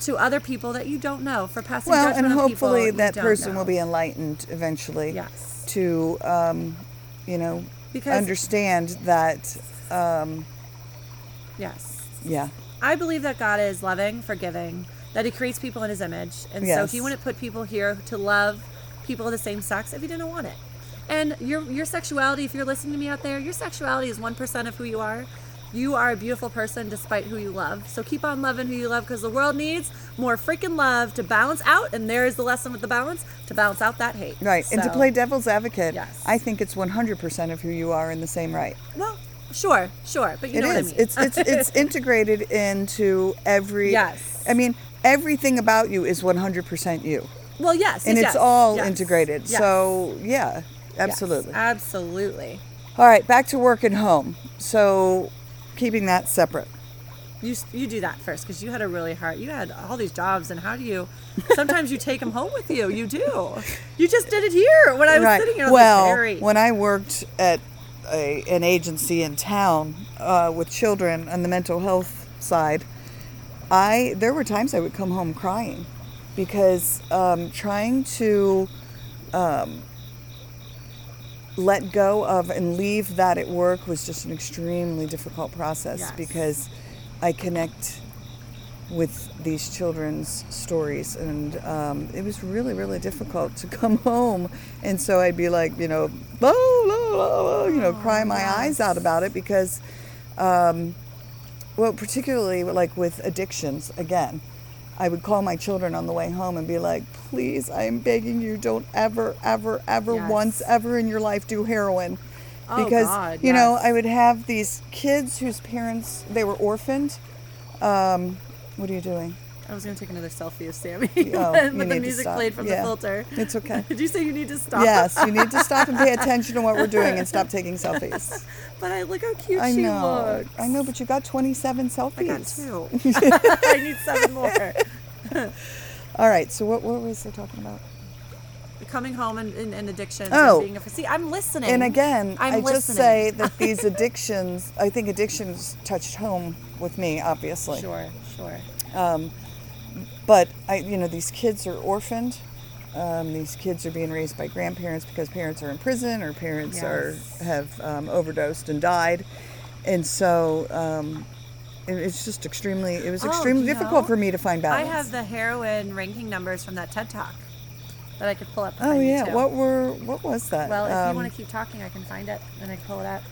[SPEAKER 1] to other people that you don't know for passing
[SPEAKER 2] Well,
[SPEAKER 1] judgment
[SPEAKER 2] and
[SPEAKER 1] on people
[SPEAKER 2] hopefully
[SPEAKER 1] you
[SPEAKER 2] that
[SPEAKER 1] don't
[SPEAKER 2] person
[SPEAKER 1] know.
[SPEAKER 2] will be enlightened eventually
[SPEAKER 1] Yes.
[SPEAKER 2] to um, you know
[SPEAKER 1] Because-
[SPEAKER 2] understand that um,
[SPEAKER 1] yes.
[SPEAKER 2] yeah.
[SPEAKER 1] I believe that God is loving, forgiving, that He creates people in His image, and so
[SPEAKER 2] Yes.
[SPEAKER 1] He wouldn't put people here to love people of the same sex if He didn't want it. And your your sexuality, if you're listening to me out there, your sexuality is one percent of who you are. You are a beautiful person despite who you love. So keep on loving who you love because the world needs more freaking love to balance out. And there is the lesson with the balance to balance out that hate.
[SPEAKER 2] Right. And to
[SPEAKER 1] So-
[SPEAKER 2] play devil's advocate,
[SPEAKER 1] Yes.
[SPEAKER 2] I think it's 100% of who you are in the same right.
[SPEAKER 1] Well, sure, sure, but you
[SPEAKER 2] It
[SPEAKER 1] know what I
[SPEAKER 2] is.
[SPEAKER 1] mean. [LAUGHS]
[SPEAKER 2] It's it's it's integrated into every
[SPEAKER 1] Yes.
[SPEAKER 2] I mean, everything about you is 100% you.
[SPEAKER 1] well, yes,
[SPEAKER 2] and
[SPEAKER 1] yes,
[SPEAKER 2] it's
[SPEAKER 1] yes,
[SPEAKER 2] all
[SPEAKER 1] yes,
[SPEAKER 2] integrated.
[SPEAKER 1] yes,
[SPEAKER 2] So yeah,
[SPEAKER 1] yes, Uh,
[SPEAKER 2] absolutely.
[SPEAKER 1] absolutely.
[SPEAKER 2] all right, back to work and home. So keeping that separate.
[SPEAKER 1] You you do that first because you had a really hard. You had all these jobs, and how do you? Sometimes you take them home with you. You do. You just did it here when I was
[SPEAKER 2] right.
[SPEAKER 1] sitting here. I was like,
[SPEAKER 2] well,
[SPEAKER 1] "Very."
[SPEAKER 2] when I worked at a, an agency in town uh, with children on the mental health side, I there were times I would come home crying because um, trying to um, let go of and leave that at work was just an extremely difficult process
[SPEAKER 1] Yes.
[SPEAKER 2] because I connect with these children's stories and um, it was really really difficult to [LAUGHS] come home and so I'd be like you know "Oh, la, la, la," you know cry my eyes out about it because well, particularly like with addictions, again, I would call my children on the way home and be like, please, I am begging you, don't ever, ever, ever,
[SPEAKER 1] Yes.
[SPEAKER 2] once ever in your life do heroin.
[SPEAKER 1] Oh,
[SPEAKER 2] because,
[SPEAKER 1] God,
[SPEAKER 2] you know,
[SPEAKER 1] yes.
[SPEAKER 2] I would have these kids whose parents, they were orphaned. Um, what are you doing?
[SPEAKER 1] I was gonna take another selfie of Sammy, [LAUGHS]
[SPEAKER 2] Oh,
[SPEAKER 1] but
[SPEAKER 2] you need
[SPEAKER 1] the
[SPEAKER 2] to
[SPEAKER 1] music
[SPEAKER 2] stop.
[SPEAKER 1] played from the
[SPEAKER 2] Yeah.
[SPEAKER 1] filter.
[SPEAKER 2] It's okay.
[SPEAKER 1] [LAUGHS] Did you say you need to stop?
[SPEAKER 2] yes, you need to stop and
[SPEAKER 1] [LAUGHS]
[SPEAKER 2] pay attention to what we're doing and stop taking selfies.
[SPEAKER 1] But I look how cute
[SPEAKER 2] I
[SPEAKER 1] she
[SPEAKER 2] know.
[SPEAKER 1] looks.
[SPEAKER 2] I know, but you got 27 selfies.
[SPEAKER 1] I got two. [LAUGHS] I need seven more.
[SPEAKER 2] All right, so what, what was I talking about?
[SPEAKER 1] [LAUGHS] Coming home and, and, and addictions.
[SPEAKER 2] Oh.
[SPEAKER 1] And being a, see, I'm listening.
[SPEAKER 2] And again,
[SPEAKER 1] I'm
[SPEAKER 2] i just
[SPEAKER 1] listening.
[SPEAKER 2] say
[SPEAKER 1] [LAUGHS]
[SPEAKER 2] that these addictions, I think addictions touched home with me, obviously.
[SPEAKER 1] Sure, sure.
[SPEAKER 2] But, I, you know, these kids are orphaned. Um, these kids are being raised by grandparents because parents are in prison or parents are
[SPEAKER 1] Yes.
[SPEAKER 2] have um, overdosed and died. And so um, it, it's just extremely, it was
[SPEAKER 1] Oh,
[SPEAKER 2] extremely
[SPEAKER 1] you
[SPEAKER 2] difficult
[SPEAKER 1] know,
[SPEAKER 2] for me to find
[SPEAKER 1] I
[SPEAKER 2] balance.
[SPEAKER 1] have the heroin ranking numbers from that TED Talk that I could pull up. if I
[SPEAKER 2] Oh
[SPEAKER 1] need
[SPEAKER 2] yeah,
[SPEAKER 1] to.
[SPEAKER 2] what were what was that?
[SPEAKER 1] Well, if
[SPEAKER 2] Um,
[SPEAKER 1] you want to keep talking, I can find it and I can pull it up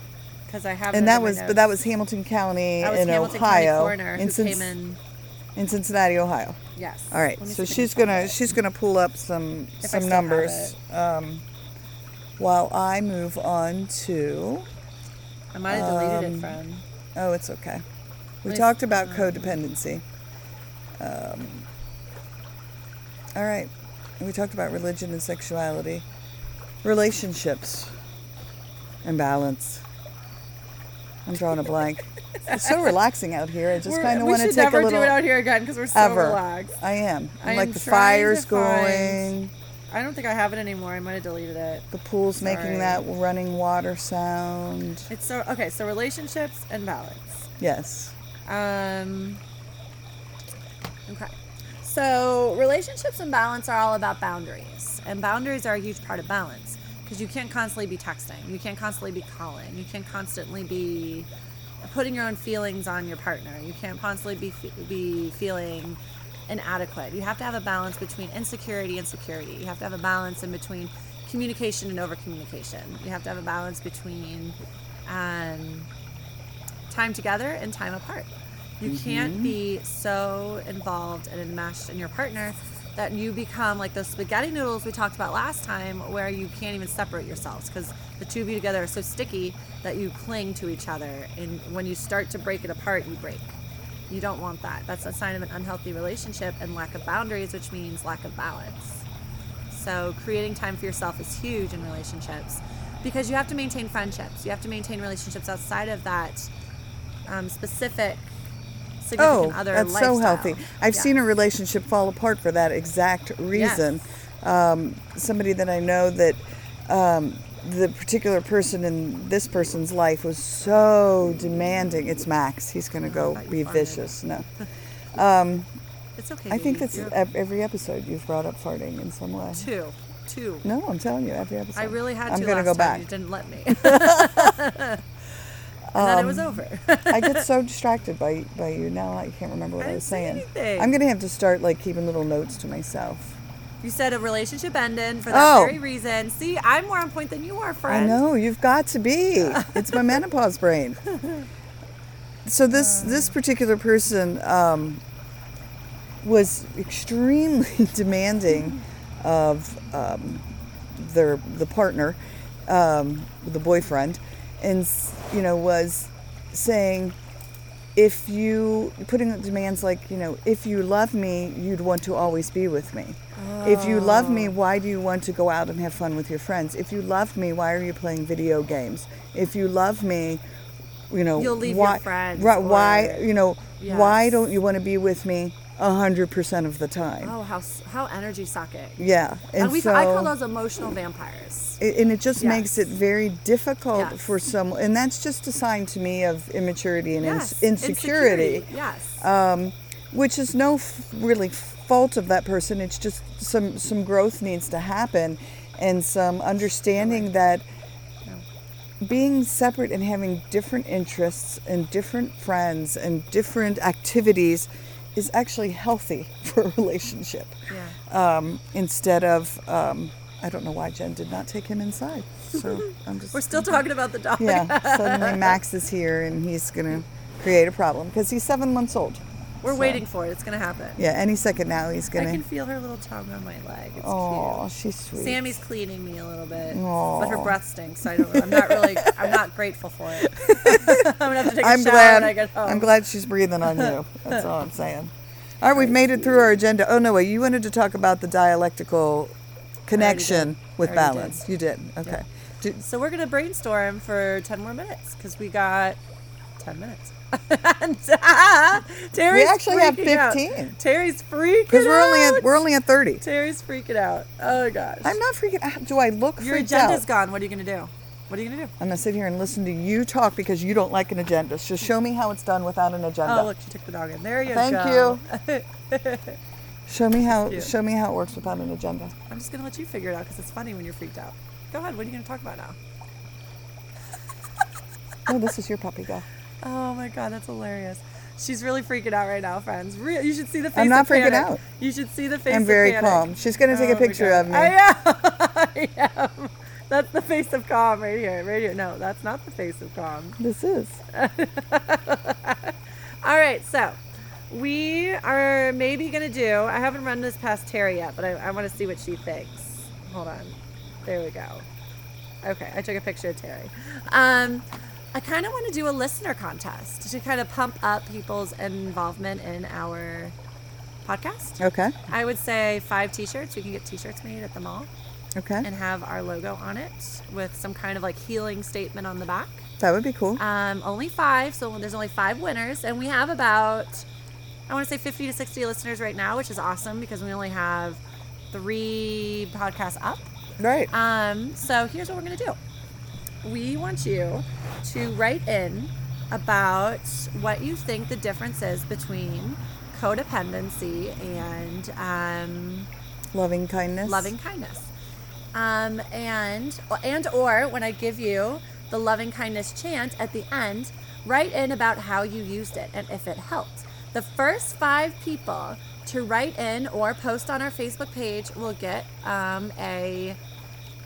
[SPEAKER 1] because I have. it
[SPEAKER 2] and that
[SPEAKER 1] under my
[SPEAKER 2] was but
[SPEAKER 1] notes.
[SPEAKER 2] that was Hamilton County
[SPEAKER 1] That was
[SPEAKER 2] in
[SPEAKER 1] Hamilton
[SPEAKER 2] Ohio,
[SPEAKER 1] County coroner
[SPEAKER 2] in,
[SPEAKER 1] who
[SPEAKER 2] Cin-
[SPEAKER 1] came in.
[SPEAKER 2] in Cincinnati, Ohio.
[SPEAKER 1] Yes.
[SPEAKER 2] All right,
[SPEAKER 1] Let me
[SPEAKER 2] so
[SPEAKER 1] see if I can
[SPEAKER 2] she's
[SPEAKER 1] find
[SPEAKER 2] gonna
[SPEAKER 1] it.
[SPEAKER 2] she's gonna pull up some
[SPEAKER 1] I still
[SPEAKER 2] some
[SPEAKER 1] have
[SPEAKER 2] numbers um, while I move on to.
[SPEAKER 1] I might have
[SPEAKER 2] um,
[SPEAKER 1] deleted it from.
[SPEAKER 2] Oh, it's okay. We
[SPEAKER 1] Let's-
[SPEAKER 2] talked about codependency. Um, all right, we talked about religion and sexuality, relationships, and balance. I'm drawing
[SPEAKER 1] [LAUGHS]
[SPEAKER 2] a blank. it's so relaxing out here. I just
[SPEAKER 1] We're-
[SPEAKER 2] kind of
[SPEAKER 1] we
[SPEAKER 2] want to
[SPEAKER 1] should
[SPEAKER 2] take
[SPEAKER 1] never
[SPEAKER 2] a little.
[SPEAKER 1] do it out here again because we're so
[SPEAKER 2] ever.
[SPEAKER 1] relaxed.
[SPEAKER 2] I am.
[SPEAKER 1] I
[SPEAKER 2] I'm like
[SPEAKER 1] am
[SPEAKER 2] the
[SPEAKER 1] trying to
[SPEAKER 2] fire's
[SPEAKER 1] find-
[SPEAKER 2] going.
[SPEAKER 1] I don't think I have it anymore. I might have deleted it.
[SPEAKER 2] The pool's
[SPEAKER 1] Sorry.
[SPEAKER 2] making that running water sound.
[SPEAKER 1] It's so okay. So relationships and balance.
[SPEAKER 2] Yes.
[SPEAKER 1] Um, okay. So relationships and balance are all about boundaries, and boundaries are a huge part of balance because you can't constantly be texting, you can't constantly be calling, you can't constantly be putting your own feelings on your partner, you can't constantly be be feeling inadequate. You have to have a balance between insecurity and security. You have to have a balance in between communication and over communication. You have to have a balance between. Um, time together and time apart. You can't be so involved and enmeshed in your partner that you become like those spaghetti noodles we talked about last time, where you can't even separate yourselves because the two of you together are so sticky that you cling to each other. And when you start to break it apart, you break. You don't want that. That's a sign of an unhealthy relationship and lack of boundaries, which means lack of balance. So creating time for yourself is huge in relationships because you have to maintain friendships. You have to maintain relationships outside of that um, specific significant
[SPEAKER 2] Oh,
[SPEAKER 1] other
[SPEAKER 2] that's
[SPEAKER 1] lifestyle.
[SPEAKER 2] so healthy. I've
[SPEAKER 1] Yeah.
[SPEAKER 2] seen a relationship fall apart for that exact reason. Um, somebody that I know that um, the particular person in this person's life was so demanding. It's Max. He's going to go
[SPEAKER 1] Oh, thought you
[SPEAKER 2] be
[SPEAKER 1] farted.
[SPEAKER 2] vicious. No.
[SPEAKER 1] It's okay.
[SPEAKER 2] I think
[SPEAKER 1] baby.
[SPEAKER 2] that's
[SPEAKER 1] You're
[SPEAKER 2] ev- every episode you've brought up farting in some way.
[SPEAKER 1] two. Two.
[SPEAKER 2] No, I'm telling you, every episode.
[SPEAKER 1] I really had
[SPEAKER 2] I'm
[SPEAKER 1] to
[SPEAKER 2] gonna
[SPEAKER 1] last
[SPEAKER 2] go
[SPEAKER 1] time. You
[SPEAKER 2] back.
[SPEAKER 1] didn't let
[SPEAKER 2] [LAUGHS]
[SPEAKER 1] me. and then it was
[SPEAKER 2] Um,
[SPEAKER 1] over.
[SPEAKER 2] I get so distracted by by you now. I can't remember what
[SPEAKER 1] I
[SPEAKER 2] I,
[SPEAKER 1] didn't
[SPEAKER 2] was
[SPEAKER 1] say
[SPEAKER 2] saying.
[SPEAKER 1] anything.
[SPEAKER 2] I'm gonna have to start like keeping little notes to myself.
[SPEAKER 1] you said a relationship ended for that
[SPEAKER 2] Oh.
[SPEAKER 1] very reason. See, I'm more on point than you are, friend.
[SPEAKER 2] I know you've got to be. it's my menopause brain. So this this particular person um, was extremely [LAUGHS] demanding of um, their the partner, um, the boyfriend, and s- you know was saying if you putting out demands like you know if you love me you'd want to always be with me if you love me
[SPEAKER 1] Oh.
[SPEAKER 2] why do you want to go out and have fun with your friends if you love me why are you playing video games if you love me you know
[SPEAKER 1] You'll leave your
[SPEAKER 2] why,
[SPEAKER 1] friends
[SPEAKER 2] right, why
[SPEAKER 1] or-
[SPEAKER 2] you know why
[SPEAKER 1] Yes.
[SPEAKER 2] don't you want to be with me 100% of the time
[SPEAKER 1] Oh, how s- how energy sucking.
[SPEAKER 2] yeah and,
[SPEAKER 1] And, we
[SPEAKER 2] so
[SPEAKER 1] I call those emotional vampires.
[SPEAKER 2] it- and it just makes it
[SPEAKER 1] Yes.
[SPEAKER 2] very difficult
[SPEAKER 1] Yes.
[SPEAKER 2] for some and that's just a sign to me of immaturity and ins-
[SPEAKER 1] Yes,
[SPEAKER 2] insecurity Uh,
[SPEAKER 1] Yes.
[SPEAKER 2] which is no f- really fault of that person. It's just some some growth needs to happen, and some understanding that being separate and having different interests and different friends and different activities is actually healthy [LAUGHS] for a relationship.
[SPEAKER 1] yeah.
[SPEAKER 2] Um, instead of, um, I don't know why Jen did not take him inside. So
[SPEAKER 1] [LAUGHS]
[SPEAKER 2] I'm just.
[SPEAKER 1] We're still talking about the dog.
[SPEAKER 2] Yeah. Suddenly Max is here and he's gonna create a problem because he's seven months old.
[SPEAKER 1] We're
[SPEAKER 2] So,
[SPEAKER 1] waiting for it. It's gonna happen.
[SPEAKER 2] Yeah. Any second now he's
[SPEAKER 1] I
[SPEAKER 2] gonna.
[SPEAKER 1] can feel her little tongue on my leg. It's
[SPEAKER 2] oh,
[SPEAKER 1] cute.
[SPEAKER 2] she's sweet.
[SPEAKER 1] Sammy's cleaning me a little bit, but her
[SPEAKER 2] Aw.
[SPEAKER 1] breath stinks. So I don't. I'm not really. I'm not grateful for
[SPEAKER 2] [LAUGHS]
[SPEAKER 1] it. I'm gonna have to take a
[SPEAKER 2] I'm
[SPEAKER 1] shower
[SPEAKER 2] glad.
[SPEAKER 1] when I get home.
[SPEAKER 2] I'm glad she's breathing
[SPEAKER 1] [LAUGHS]
[SPEAKER 2] on you. That's all I'm saying. All right, we've made it through our agenda. Oh no, wait, you wanted to talk about the dialectical connection with
[SPEAKER 1] I already
[SPEAKER 2] balance. You did. Okay. Do-
[SPEAKER 1] So we're gonna brainstorm for ten more minutes because we got ten minutes. [LAUGHS] and, Terry's
[SPEAKER 2] actually have
[SPEAKER 1] freaking out.
[SPEAKER 2] 15.
[SPEAKER 1] Terry's freaking.
[SPEAKER 2] Because we're only at,
[SPEAKER 1] out.
[SPEAKER 2] we're only at thirty.
[SPEAKER 1] Terry's freaking out. Oh gosh.
[SPEAKER 2] I'm not freaking. out. Do I look
[SPEAKER 1] Your
[SPEAKER 2] freaked
[SPEAKER 1] agenda's
[SPEAKER 2] out?
[SPEAKER 1] gone. What are you gonna do? What are you gonna do?
[SPEAKER 2] I'm gonna sit here and listen to you talk because you don't like an agenda. So show me how it's done without an agenda.
[SPEAKER 1] Oh look, she took the dog in. There you
[SPEAKER 2] Thank
[SPEAKER 1] go.
[SPEAKER 2] you. Show me how
[SPEAKER 1] Cute.
[SPEAKER 2] show me how it works without an agenda.
[SPEAKER 1] [LAUGHS] I'm just gonna let you figure it out because it's funny when you're freaked out. Go ahead. What are you gonna talk about now?
[SPEAKER 2] Oh, this is your puppy. Go.
[SPEAKER 1] Oh my god, that's hilarious. She's really freaking out right now, friends. Re- you should see the face.
[SPEAKER 2] I'm not
[SPEAKER 1] of
[SPEAKER 2] freaking
[SPEAKER 1] panic.
[SPEAKER 2] out.
[SPEAKER 1] You should see the face.
[SPEAKER 2] I'm
[SPEAKER 1] of
[SPEAKER 2] very
[SPEAKER 1] panic.
[SPEAKER 2] calm. She's gonna take
[SPEAKER 1] Oh
[SPEAKER 2] a
[SPEAKER 1] my
[SPEAKER 2] picture
[SPEAKER 1] God.
[SPEAKER 2] of me.
[SPEAKER 1] [LAUGHS] I am. I am. That's the face of calm right here. Right here. No, that's not the face of calm.
[SPEAKER 2] This is.
[SPEAKER 1] All right, so we are maybe gonna do. I haven't run this past Terry yet, but I, I want to see what she thinks. Hold on. There we go. Okay, I took a picture of Terry. Um, I kind of want to do a listener contest to kind of pump up people's involvement in our podcast.
[SPEAKER 2] Okay.
[SPEAKER 1] I would say five T-shirts. We can get T-shirts made at the mall.
[SPEAKER 2] Okay.
[SPEAKER 1] and have our logo on it with some kind of like healing statement on the back.
[SPEAKER 2] That would be cool.
[SPEAKER 1] Um, only five, so there's only five winners, and we have about I want to say 50 to 60 listeners right now, which is awesome because we only have three podcasts up.
[SPEAKER 2] Right.
[SPEAKER 1] Um, so here's what we're gonna do. We want you to write in about what you think the difference is between codependency and um,
[SPEAKER 2] Loving kindness.
[SPEAKER 1] loving kindness um, and and or when i give you the loving kindness chant at the end write in about how you used it and if it helped the first five people to write in or post on our facebook page will get um, a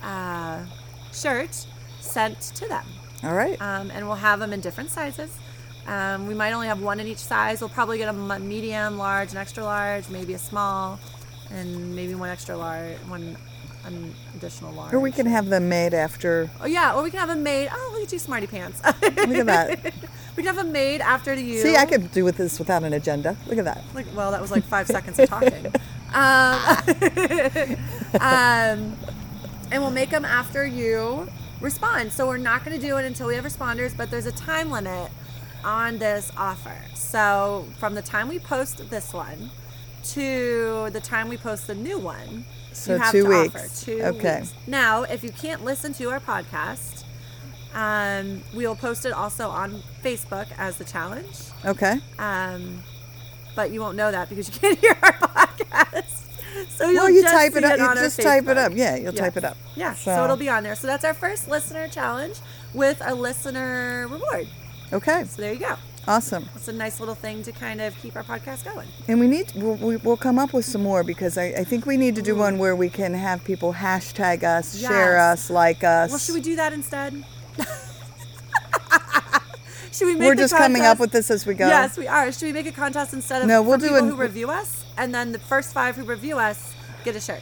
[SPEAKER 1] uh, shirt sent to them
[SPEAKER 2] All right.
[SPEAKER 1] um, and we'll have them in different sizes um, we might only have one in each size we'll probably get a mu- medium large an extra large maybe a small and maybe one extra large one an additional large
[SPEAKER 2] or we can have them made after.
[SPEAKER 1] oh yeah or we can have them made oh look at you smarty pants [LAUGHS]
[SPEAKER 2] Look at that.
[SPEAKER 1] we can have them made after [LAUGHS] you
[SPEAKER 2] See, I could do with this without an agenda. Look at that.
[SPEAKER 1] like well that was like five seconds of talking um, [LAUGHS] um, and we'll make them after you respond so we're not going to do it until we have responders but there's a time limit on this offer so from the time we post this one to the time we post the new one
[SPEAKER 2] So
[SPEAKER 1] you have
[SPEAKER 2] two
[SPEAKER 1] to
[SPEAKER 2] weeks.
[SPEAKER 1] offer two
[SPEAKER 2] Okay.
[SPEAKER 1] weeks. now if you can't listen to our podcast um, we will post it also on facebook as the challenge
[SPEAKER 2] Okay.
[SPEAKER 1] um, but you won't know that because you [LAUGHS] can't hear our podcast. So you'll
[SPEAKER 2] Well, you
[SPEAKER 1] just
[SPEAKER 2] type it
[SPEAKER 1] see
[SPEAKER 2] up.
[SPEAKER 1] on
[SPEAKER 2] You
[SPEAKER 1] our
[SPEAKER 2] just type it
[SPEAKER 1] Facebook.
[SPEAKER 2] up. Yeah, you'll
[SPEAKER 1] Yeah.
[SPEAKER 2] type it up.
[SPEAKER 1] Yeah, so. it'll be on there. So that's our first listener challenge with a listener reward.
[SPEAKER 2] Okay.
[SPEAKER 1] So there you go.
[SPEAKER 2] Awesome.
[SPEAKER 1] It's a nice little thing to kind of keep our podcast going.
[SPEAKER 2] And we need we'll, we- we'll come up with some more because I, I think we need to do one where we can have people hashtag us, share
[SPEAKER 1] Yes.
[SPEAKER 2] us, like us.
[SPEAKER 1] Well, should we do that
[SPEAKER 2] [LAUGHS]
[SPEAKER 1] instead? should we make
[SPEAKER 2] We're
[SPEAKER 1] the
[SPEAKER 2] just coming up
[SPEAKER 1] contest-
[SPEAKER 2] with this as we go.
[SPEAKER 1] Yes, we are. Should we make a contest instead of
[SPEAKER 2] No, we'll
[SPEAKER 1] for
[SPEAKER 2] do
[SPEAKER 1] people
[SPEAKER 2] an-
[SPEAKER 1] who review us, and then the first five who review us get a shirt.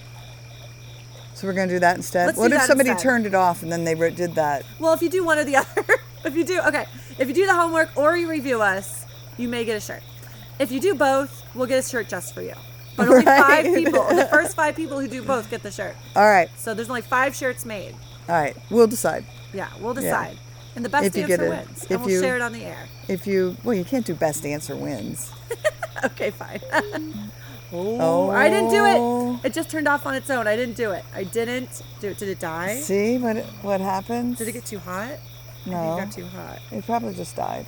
[SPEAKER 2] So we're going to do that instead.
[SPEAKER 1] Let's do
[SPEAKER 2] what if
[SPEAKER 1] that
[SPEAKER 2] somebody
[SPEAKER 1] instead.
[SPEAKER 2] turned it off and then they wrote- did that?
[SPEAKER 1] Well, if you do one or the [LAUGHS] other, if you do, okay, if you do the homework or you review us, you may get a shirt. If you do both, we'll get a shirt just for you. But only five
[SPEAKER 2] [LAUGHS] Right.
[SPEAKER 1] people, the first five people who do both get the shirt.
[SPEAKER 2] All right.
[SPEAKER 1] So there's only five shirts made.
[SPEAKER 2] All right. We'll decide.
[SPEAKER 1] Yeah, we'll decide. And the best
[SPEAKER 2] If you
[SPEAKER 1] answer
[SPEAKER 2] get it-
[SPEAKER 1] wins.
[SPEAKER 2] if
[SPEAKER 1] And we'll
[SPEAKER 2] you-
[SPEAKER 1] share it on the air.
[SPEAKER 2] If you well, you can't do best answer wins.
[SPEAKER 1] Okay,
[SPEAKER 2] [LAUGHS]
[SPEAKER 1] fine. oh, I didn't do
[SPEAKER 2] Oh.
[SPEAKER 1] it. It just turned off on its own. I didn't do it. I didn't do it. Did it die?
[SPEAKER 2] See what what happens?
[SPEAKER 1] Did it get too hot?
[SPEAKER 2] No.
[SPEAKER 1] I think it got too hot.
[SPEAKER 2] It probably just died.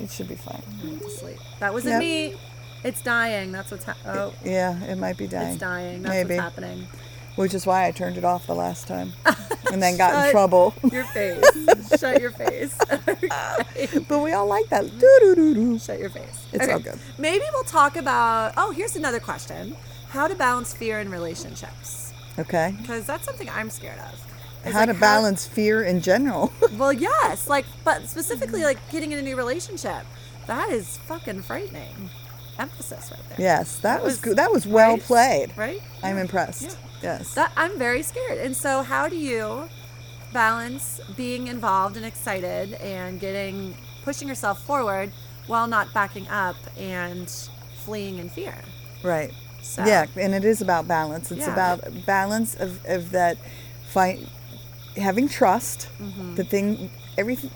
[SPEAKER 2] It should be fine.
[SPEAKER 1] I went to sleep. That wasn't
[SPEAKER 2] Yep.
[SPEAKER 1] me. It's dying. That's what's happening. Oh.
[SPEAKER 2] Yeah, it might be dying.
[SPEAKER 1] It's dying. That's
[SPEAKER 2] Maybe.
[SPEAKER 1] what's happening.
[SPEAKER 2] Which is why I turned it off the
[SPEAKER 1] [LAUGHS]
[SPEAKER 2] last time, and then got
[SPEAKER 1] Shut
[SPEAKER 2] in trouble.
[SPEAKER 1] Your face. [LAUGHS] Shut your face. Okay.
[SPEAKER 2] [LAUGHS] but we all like that. Doo-doo-doo-doo.
[SPEAKER 1] Shut your face.
[SPEAKER 2] It's all good.
[SPEAKER 1] Maybe we'll talk about. Oh, here's another question: How to balance fear in relationships?
[SPEAKER 2] Okay.
[SPEAKER 1] Because that's something I'm scared of. It's
[SPEAKER 2] how
[SPEAKER 1] like
[SPEAKER 2] to
[SPEAKER 1] how-
[SPEAKER 2] balance fear in general.
[SPEAKER 1] [LAUGHS]
[SPEAKER 2] [LAUGHS]
[SPEAKER 1] Well, yes, like, but specifically, like getting in a new relationship, that is fucking frightening. Emphasis right there.
[SPEAKER 2] yes, that, was
[SPEAKER 1] was-
[SPEAKER 2] good. That was well
[SPEAKER 1] right?
[SPEAKER 2] played.
[SPEAKER 1] Right.
[SPEAKER 2] I'm impressed.
[SPEAKER 1] Yeah.
[SPEAKER 2] Yes.
[SPEAKER 1] That I'm very scared. And so, how do you balance being involved and excited and getting pushing yourself forward while not backing up and fleeing in fear?
[SPEAKER 2] Right.
[SPEAKER 1] So-
[SPEAKER 2] Yeah, and it is about balance. It's
[SPEAKER 1] Yeah.
[SPEAKER 2] about balance of, of that fight, having trust.
[SPEAKER 1] Mm-hmm.
[SPEAKER 2] The thing, everything,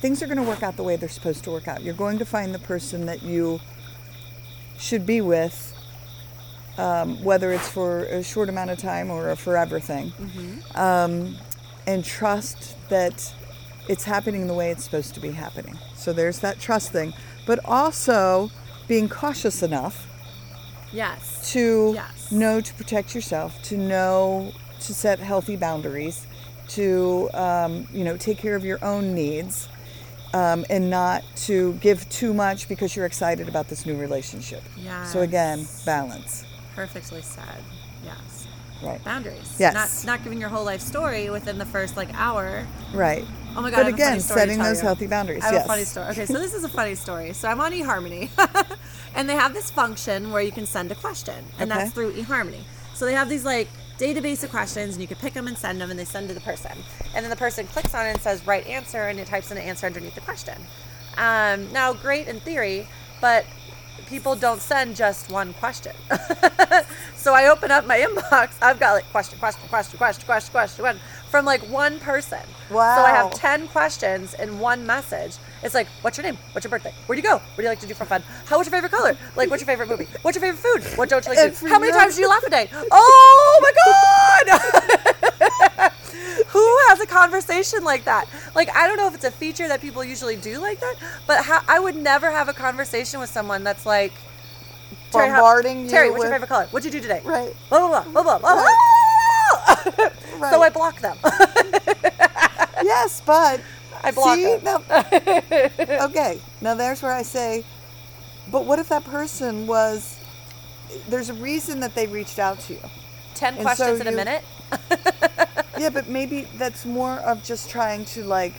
[SPEAKER 2] things are going to work out the way they're supposed to work out. You're going to find the person that you should be with, um, whether it's for a short amount of time or a forever thing.
[SPEAKER 1] Mm-hmm.
[SPEAKER 2] Um, and trust that it's happening the way it's supposed to be happening. So there's that trust thing, but also being cautious enough
[SPEAKER 1] Yes.
[SPEAKER 2] to
[SPEAKER 1] Yes.
[SPEAKER 2] know to protect yourself, to know to set healthy boundaries, to um, you know take care of your own needs, um, and not to give too much because you're excited about this new relationship. So again,
[SPEAKER 1] Yes.
[SPEAKER 2] balance.
[SPEAKER 1] Perfectly said. Yes.
[SPEAKER 2] Right.
[SPEAKER 1] Boundaries.
[SPEAKER 2] Yes.
[SPEAKER 1] Not not giving your whole life story within the first like hour.
[SPEAKER 2] Right.
[SPEAKER 1] Oh my god! I
[SPEAKER 2] But
[SPEAKER 1] have a
[SPEAKER 2] again,
[SPEAKER 1] funny story to
[SPEAKER 2] setting
[SPEAKER 1] tell
[SPEAKER 2] those
[SPEAKER 1] you.
[SPEAKER 2] healthy boundaries.
[SPEAKER 1] I have
[SPEAKER 2] yes.
[SPEAKER 1] a funny story. Okay, so this is a funny story. So I'm on eHarmony, [LAUGHS] and they have this function where you can send a question, and
[SPEAKER 2] Okay.
[SPEAKER 1] that's through eHarmony. So they have these like database of questions, and you can pick them and send them, and they send to the person, and then the person clicks on it and says right answer, and it types in an answer underneath the question. Um, now, great in theory, but people don't send just one question. [LAUGHS] so I open up my inbox. I've got like question, question, question, question, question, question, question from like one person. So I have
[SPEAKER 2] Wow.
[SPEAKER 1] 10 questions in one message. It's like, what's your name? What's your birthday? Where do you go? What do you like to do for fun? How, what's your favorite color? Like, what's your favorite movie? What's your favorite food? What don't you like
[SPEAKER 2] And
[SPEAKER 1] to
[SPEAKER 2] for
[SPEAKER 1] do? How many
[SPEAKER 2] none-
[SPEAKER 1] times do you laugh a day? Oh my God! [LAUGHS] Who has a conversation like that? Like, I don't know if it's a feature that people usually do like that, but how, I would never have a conversation with someone that's like, Terry, how-
[SPEAKER 2] Bombarding you
[SPEAKER 1] Terry, what's your
[SPEAKER 2] with-
[SPEAKER 1] favorite color? What'd you do today?
[SPEAKER 2] Right.
[SPEAKER 1] [LAUGHS] Blah, blah, blah, blah, blah, blah. [LAUGHS] blah. So I
[SPEAKER 2] Right.
[SPEAKER 1] block them.
[SPEAKER 2] yes, but
[SPEAKER 1] I block
[SPEAKER 2] see,
[SPEAKER 1] them.
[SPEAKER 2] now,
[SPEAKER 1] [LAUGHS]
[SPEAKER 2] okay, now there's where I say, but what if that person was? There's a reason that they reached out to you.
[SPEAKER 1] 10
[SPEAKER 2] And so
[SPEAKER 1] questions in a
[SPEAKER 2] you-
[SPEAKER 1] minute?
[SPEAKER 2] yeah, but maybe that's more of just trying to like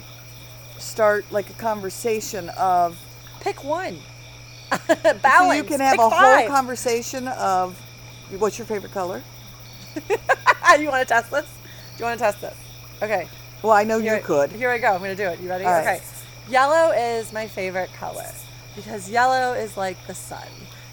[SPEAKER 2] start like a conversation of
[SPEAKER 1] Pick one. [LAUGHS]
[SPEAKER 2] so
[SPEAKER 1] Balance.
[SPEAKER 2] you can have
[SPEAKER 1] Pick
[SPEAKER 2] a
[SPEAKER 1] five.
[SPEAKER 2] whole conversation of what's your favorite color?
[SPEAKER 1] [LAUGHS] you want to test this? Do you want to test this? Okay.
[SPEAKER 2] Well, I know you
[SPEAKER 1] Here-
[SPEAKER 2] could.
[SPEAKER 1] Here I go. I'm going to do it. You ready?
[SPEAKER 2] All right.
[SPEAKER 1] Okay. Yellow is my favorite color because yellow is like the sun,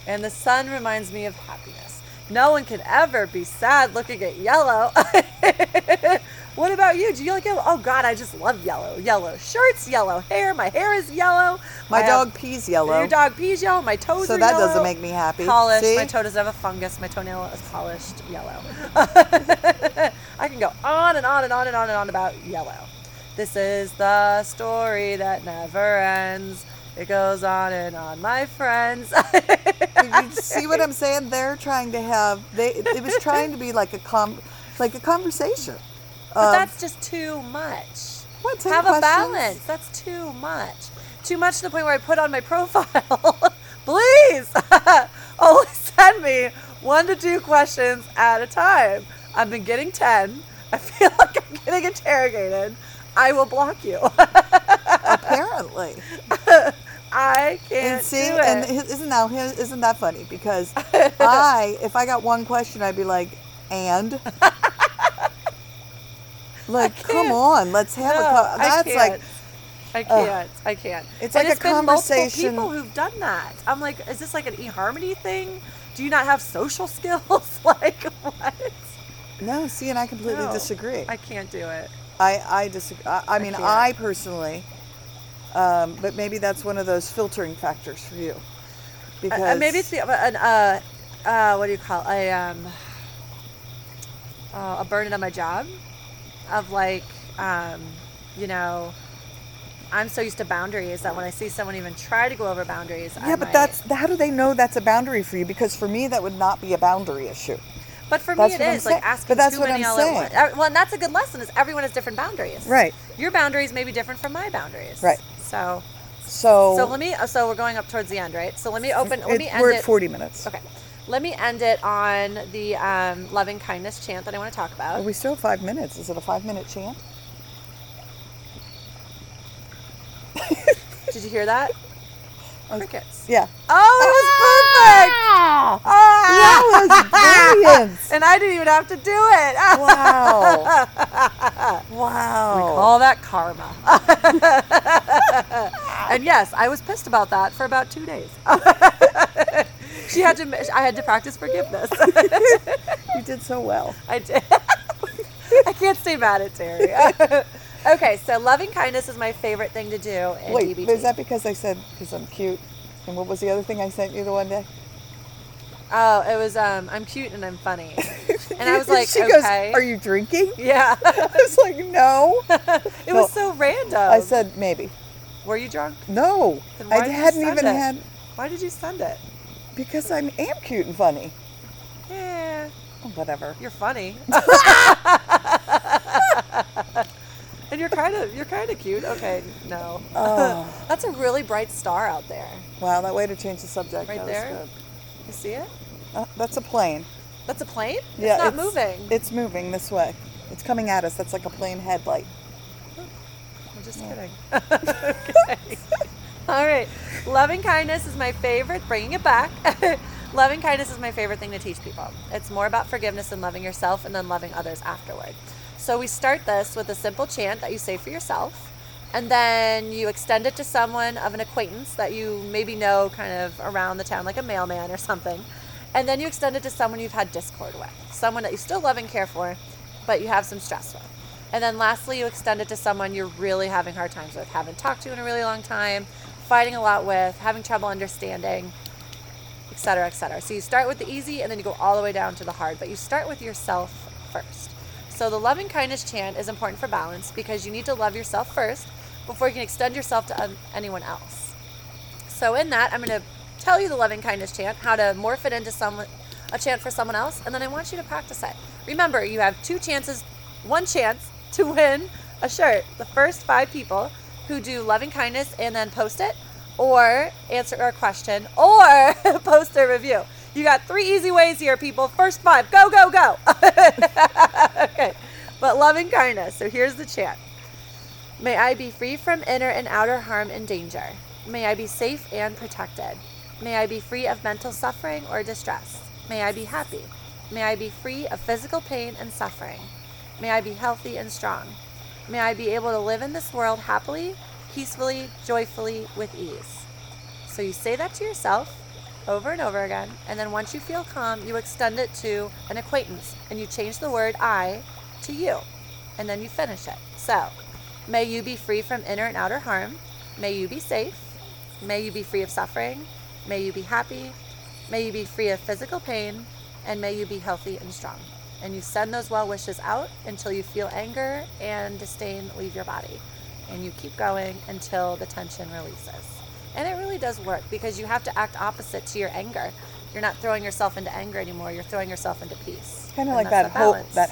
[SPEAKER 1] and the sun reminds me of happiness. No one can ever be sad looking at yellow. [LAUGHS] what about you? Do you like yellow? Oh God, I just love yellow. Yellow shirts, yellow hair. My hair is yellow. I
[SPEAKER 2] My
[SPEAKER 1] have-
[SPEAKER 2] dog pees yellow.
[SPEAKER 1] Your dog pees yellow. My toes
[SPEAKER 2] So
[SPEAKER 1] are
[SPEAKER 2] that
[SPEAKER 1] yellow.
[SPEAKER 2] doesn't make me happy.
[SPEAKER 1] Polished.
[SPEAKER 2] [LAUGHS] See?
[SPEAKER 1] My toe doesn't have a fungus. My toenail is polished yellow. [LAUGHS] I can go on and on and on and on and on about yellow. This is the story that never ends. It goes on and on, my friends. [LAUGHS]
[SPEAKER 2] Did you see what I'm saying? They're trying to have they. It was trying to be like a com, like a conversation.
[SPEAKER 1] But
[SPEAKER 2] of-
[SPEAKER 1] that's just too much.
[SPEAKER 2] What, ten
[SPEAKER 1] Have a
[SPEAKER 2] questions?
[SPEAKER 1] balance. [LAUGHS] That's too much. Too much to the point where I put on my [LAUGHS] profile, please [LAUGHS] only send me one to two questions at a time. I've been getting 10. I feel [LAUGHS] like I'm getting interrogated. I will block you. [LAUGHS]
[SPEAKER 2] apparently.
[SPEAKER 1] I can't
[SPEAKER 2] and see,
[SPEAKER 1] do
[SPEAKER 2] and
[SPEAKER 1] it.
[SPEAKER 2] hi- isn't that hi- isn't that funny? Because
[SPEAKER 1] [LAUGHS]
[SPEAKER 2] I, if I got one question, I'd be like,
[SPEAKER 1] [LAUGHS]
[SPEAKER 2] and. Like, come on, let's have
[SPEAKER 1] No,
[SPEAKER 2] a. Co-
[SPEAKER 1] I
[SPEAKER 2] that's like,
[SPEAKER 1] can't. I can't. I can't.
[SPEAKER 2] It's
[SPEAKER 1] And
[SPEAKER 2] like a
[SPEAKER 1] been multiple
[SPEAKER 2] conversation-
[SPEAKER 1] people who've done that. I'm like, is this like an eHarmony thing? Do you not have social [LAUGHS] skills? like what?
[SPEAKER 2] no. See, and I completely
[SPEAKER 1] No,
[SPEAKER 2] disagree.
[SPEAKER 1] I can't do it. Uh,
[SPEAKER 2] I, I disagree. I, I mean,
[SPEAKER 1] can't.
[SPEAKER 2] I, personally, um, but maybe that's one of those filtering factors for you, because
[SPEAKER 1] Uh, maybe it's the an uh, uh, what do you call it? a um uh, a burden on my job of like um you know I'm so used to boundaries that when I see someone even try to go over boundaries, I
[SPEAKER 2] yeah. But
[SPEAKER 1] might-
[SPEAKER 2] that's how do they know that's a boundary for you? Because for me, that would not be a boundary issue.
[SPEAKER 1] But for me,
[SPEAKER 2] That's
[SPEAKER 1] it
[SPEAKER 2] what I'm
[SPEAKER 1] is like
[SPEAKER 2] saying. But
[SPEAKER 1] asking
[SPEAKER 2] that's
[SPEAKER 1] too
[SPEAKER 2] what
[SPEAKER 1] many
[SPEAKER 2] I'm
[SPEAKER 1] all at
[SPEAKER 2] saying.
[SPEAKER 1] once. Uh, Well, and that's a good lesson. Is everyone has different boundaries.
[SPEAKER 2] Right.
[SPEAKER 1] Your boundaries may be different from my boundaries.
[SPEAKER 2] Right.
[SPEAKER 1] So,
[SPEAKER 2] So,
[SPEAKER 1] so let me. uh, So we're going up towards the end, right? So let me open. Let
[SPEAKER 2] it-
[SPEAKER 1] me
[SPEAKER 2] we're
[SPEAKER 1] end
[SPEAKER 2] at
[SPEAKER 1] it.
[SPEAKER 2] forty minutes.
[SPEAKER 1] Okay. Let me end it on the um, loving kindness chant that I want to talk
[SPEAKER 2] Are
[SPEAKER 1] about.
[SPEAKER 2] we still have five minutes? Is it a five minute chant?
[SPEAKER 1] Did you hear that? Crickets.
[SPEAKER 2] Yeah.
[SPEAKER 1] Oh, [LAUGHS]
[SPEAKER 2] Oh, that was brilliant.
[SPEAKER 1] it was perfect! And I didn't even have to do it. [LAUGHS]
[SPEAKER 2] Wow. wow.
[SPEAKER 1] All that karma. [LAUGHS] and yes, I was pissed about that for about two days. [LAUGHS] she had to. I had to practice forgiveness. [LAUGHS]
[SPEAKER 2] You did so well.
[SPEAKER 1] I did. [LAUGHS] I can't stay mad at Terry. [LAUGHS] okay, so loving kindness is my favorite thing to do in
[SPEAKER 2] Wait,
[SPEAKER 1] DBT.
[SPEAKER 2] is that because I said, because I'm cute? And what was the other thing I sent you the one day?
[SPEAKER 1] oh, it was. Um, I'm cute and I'm funny. And I was like,
[SPEAKER 2] [LAUGHS] she goes,
[SPEAKER 1] okay.
[SPEAKER 2] Are you drinking? [LAUGHS]
[SPEAKER 1] yeah. [LAUGHS]
[SPEAKER 2] I was like, No.
[SPEAKER 1] It was so random.
[SPEAKER 2] I said, Maybe.
[SPEAKER 1] Were you drunk?
[SPEAKER 2] No.
[SPEAKER 1] Um, Then why
[SPEAKER 2] I
[SPEAKER 1] did you
[SPEAKER 2] hadn't
[SPEAKER 1] send
[SPEAKER 2] even
[SPEAKER 1] it?
[SPEAKER 2] had,
[SPEAKER 1] Why did you send it?
[SPEAKER 2] because I am cute and funny.
[SPEAKER 1] Yeah.
[SPEAKER 2] Oh, whatever.
[SPEAKER 1] You're
[SPEAKER 2] [LAUGHS]
[SPEAKER 1] funny. [LAUGHS] and you're kind of you're kind of cute. Okay, no.
[SPEAKER 2] Oh.
[SPEAKER 1] [LAUGHS] That's a really bright star out there.
[SPEAKER 2] Wow, that way to change the subject.
[SPEAKER 1] Right
[SPEAKER 2] that was
[SPEAKER 1] there?
[SPEAKER 2] good.
[SPEAKER 1] You see it?
[SPEAKER 2] Uh, that's a plane.
[SPEAKER 1] That's a plane? It's
[SPEAKER 2] yeah,
[SPEAKER 1] not moving.
[SPEAKER 2] It's moving this way. It's coming at us. That's like a plane headlight.
[SPEAKER 1] I'm just kidding. [LAUGHS] okay. All right. Loving kindness is my favorite. Bringing it back. [LAUGHS] loving kindness is my favorite thing to teach people. It's more about forgiveness and loving yourself and then loving others afterward. So we start this with a simple chant that you say for yourself. And then you extend it to someone of an acquaintance that you maybe know kind of around the town, like a mailman or something. And then you extend it to someone you've had discord with, someone that you still love and care for, but you have some stress with. And then lastly, you extend it to someone you're really having hard times with, haven't talked to in a really long time, fighting a lot with, having trouble understanding, et cetera, et cetera. So you start with the easy and then you go all the way down to the hard, but you start with yourself first. So the loving kindness chant is important for balance because you need to love yourself first before you can extend yourself to um, anyone else. So in that, I'm going to tell you the loving kindness chant, how to morph it into someone a chant for someone else, and then I want you to practice it. Remember, you have two chances, one chance to win a shirt. The first five people who do loving kindness and then post it, or answer our question, or [LAUGHS] post a review. You got three easy ways here, people. First five, go, go, go. [LAUGHS] okay, but loving kindness. So here's the chant. May I be free from inner and outer harm and danger. May I be safe and protected. May I be free of mental suffering or distress. May I be happy. May I be free of physical pain and suffering. May I be healthy and strong. May I be able to live in this world happily, peacefully, joyfully, with ease. So you say that to yourself over and over again, and then once you feel calm, you extend it to an acquaintance and you change the word I to you, and then you finish it. So, may you be free from inner and outer harm. May you be safe. May you be free of suffering. May you be happy. May you be free of physical pain. And may you be healthy and strong. And you send those well wishes out until you feel anger and disdain leave your body. And you keep going until the tension releases. And it really does work because you have to act opposite to your anger. You're not throwing yourself into anger anymore. You're throwing yourself into peace.
[SPEAKER 2] Kind of
[SPEAKER 1] And
[SPEAKER 2] like that
[SPEAKER 1] that's the
[SPEAKER 2] ho-
[SPEAKER 1] balance.
[SPEAKER 2] that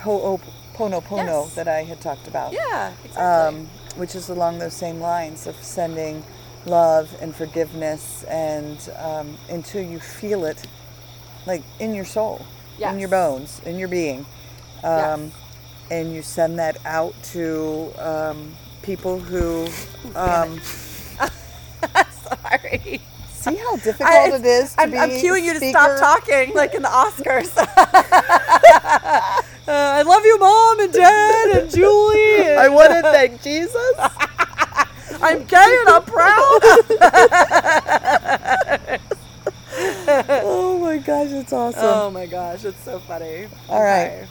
[SPEAKER 2] ho'oponopono
[SPEAKER 1] Yes.
[SPEAKER 2] that I had talked about.
[SPEAKER 1] Yeah, exactly.
[SPEAKER 2] um, which is along those same lines of sending love and forgiveness and um, until you feel it like in your soul in your
[SPEAKER 1] Yes.
[SPEAKER 2] bones in your being um, and you send that out to um, people who um,
[SPEAKER 1] [LAUGHS] Sorry.
[SPEAKER 2] see how difficult
[SPEAKER 1] I-
[SPEAKER 2] it is to
[SPEAKER 1] I'm,
[SPEAKER 2] be
[SPEAKER 1] I'm cueing you to stop
[SPEAKER 2] speaker?
[SPEAKER 1] talking, like in the Oscars. [LAUGHS] Uh, I love you, mom and dad and Julie.
[SPEAKER 2] [LAUGHS] i
[SPEAKER 1] And
[SPEAKER 2] want to thank
[SPEAKER 1] [LAUGHS]
[SPEAKER 2] jesus
[SPEAKER 1] I'm gay and I'm proud.
[SPEAKER 2] [LAUGHS] oh my gosh it's awesome
[SPEAKER 1] oh my gosh, it's so funny.
[SPEAKER 2] All right.
[SPEAKER 1] Okay.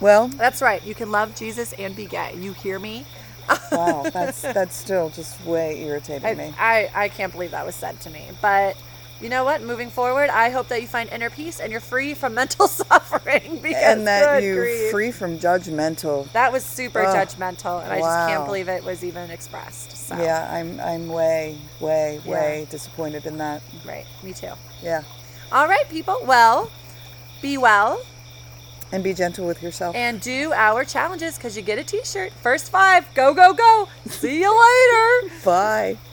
[SPEAKER 2] well
[SPEAKER 1] That's right. You can love Jesus and be gay. You hear me? [LAUGHS]
[SPEAKER 2] wow Oh, that's that's still just way irritating me
[SPEAKER 1] [LAUGHS] I, I, I can't believe that was said to me. But you know what? Moving forward, I hope that you find inner peace and you're free from [LAUGHS] mental suffering. Because
[SPEAKER 2] and that
[SPEAKER 1] good
[SPEAKER 2] you
[SPEAKER 1] grief.
[SPEAKER 2] free from judgmental.
[SPEAKER 1] That was super
[SPEAKER 2] Ugh.
[SPEAKER 1] judgmental, and I just can't
[SPEAKER 2] Wow.
[SPEAKER 1] believe it was even expressed. So,
[SPEAKER 2] Yeah, I'm I'm way way
[SPEAKER 1] Yeah.
[SPEAKER 2] way disappointed in that.
[SPEAKER 1] right, me too.
[SPEAKER 2] Yeah,
[SPEAKER 1] All right, people. Well, be well
[SPEAKER 2] and be gentle with yourself.
[SPEAKER 1] and do our challenges because you get a T-shirt. First five, go go go. See you later.
[SPEAKER 2] Bye.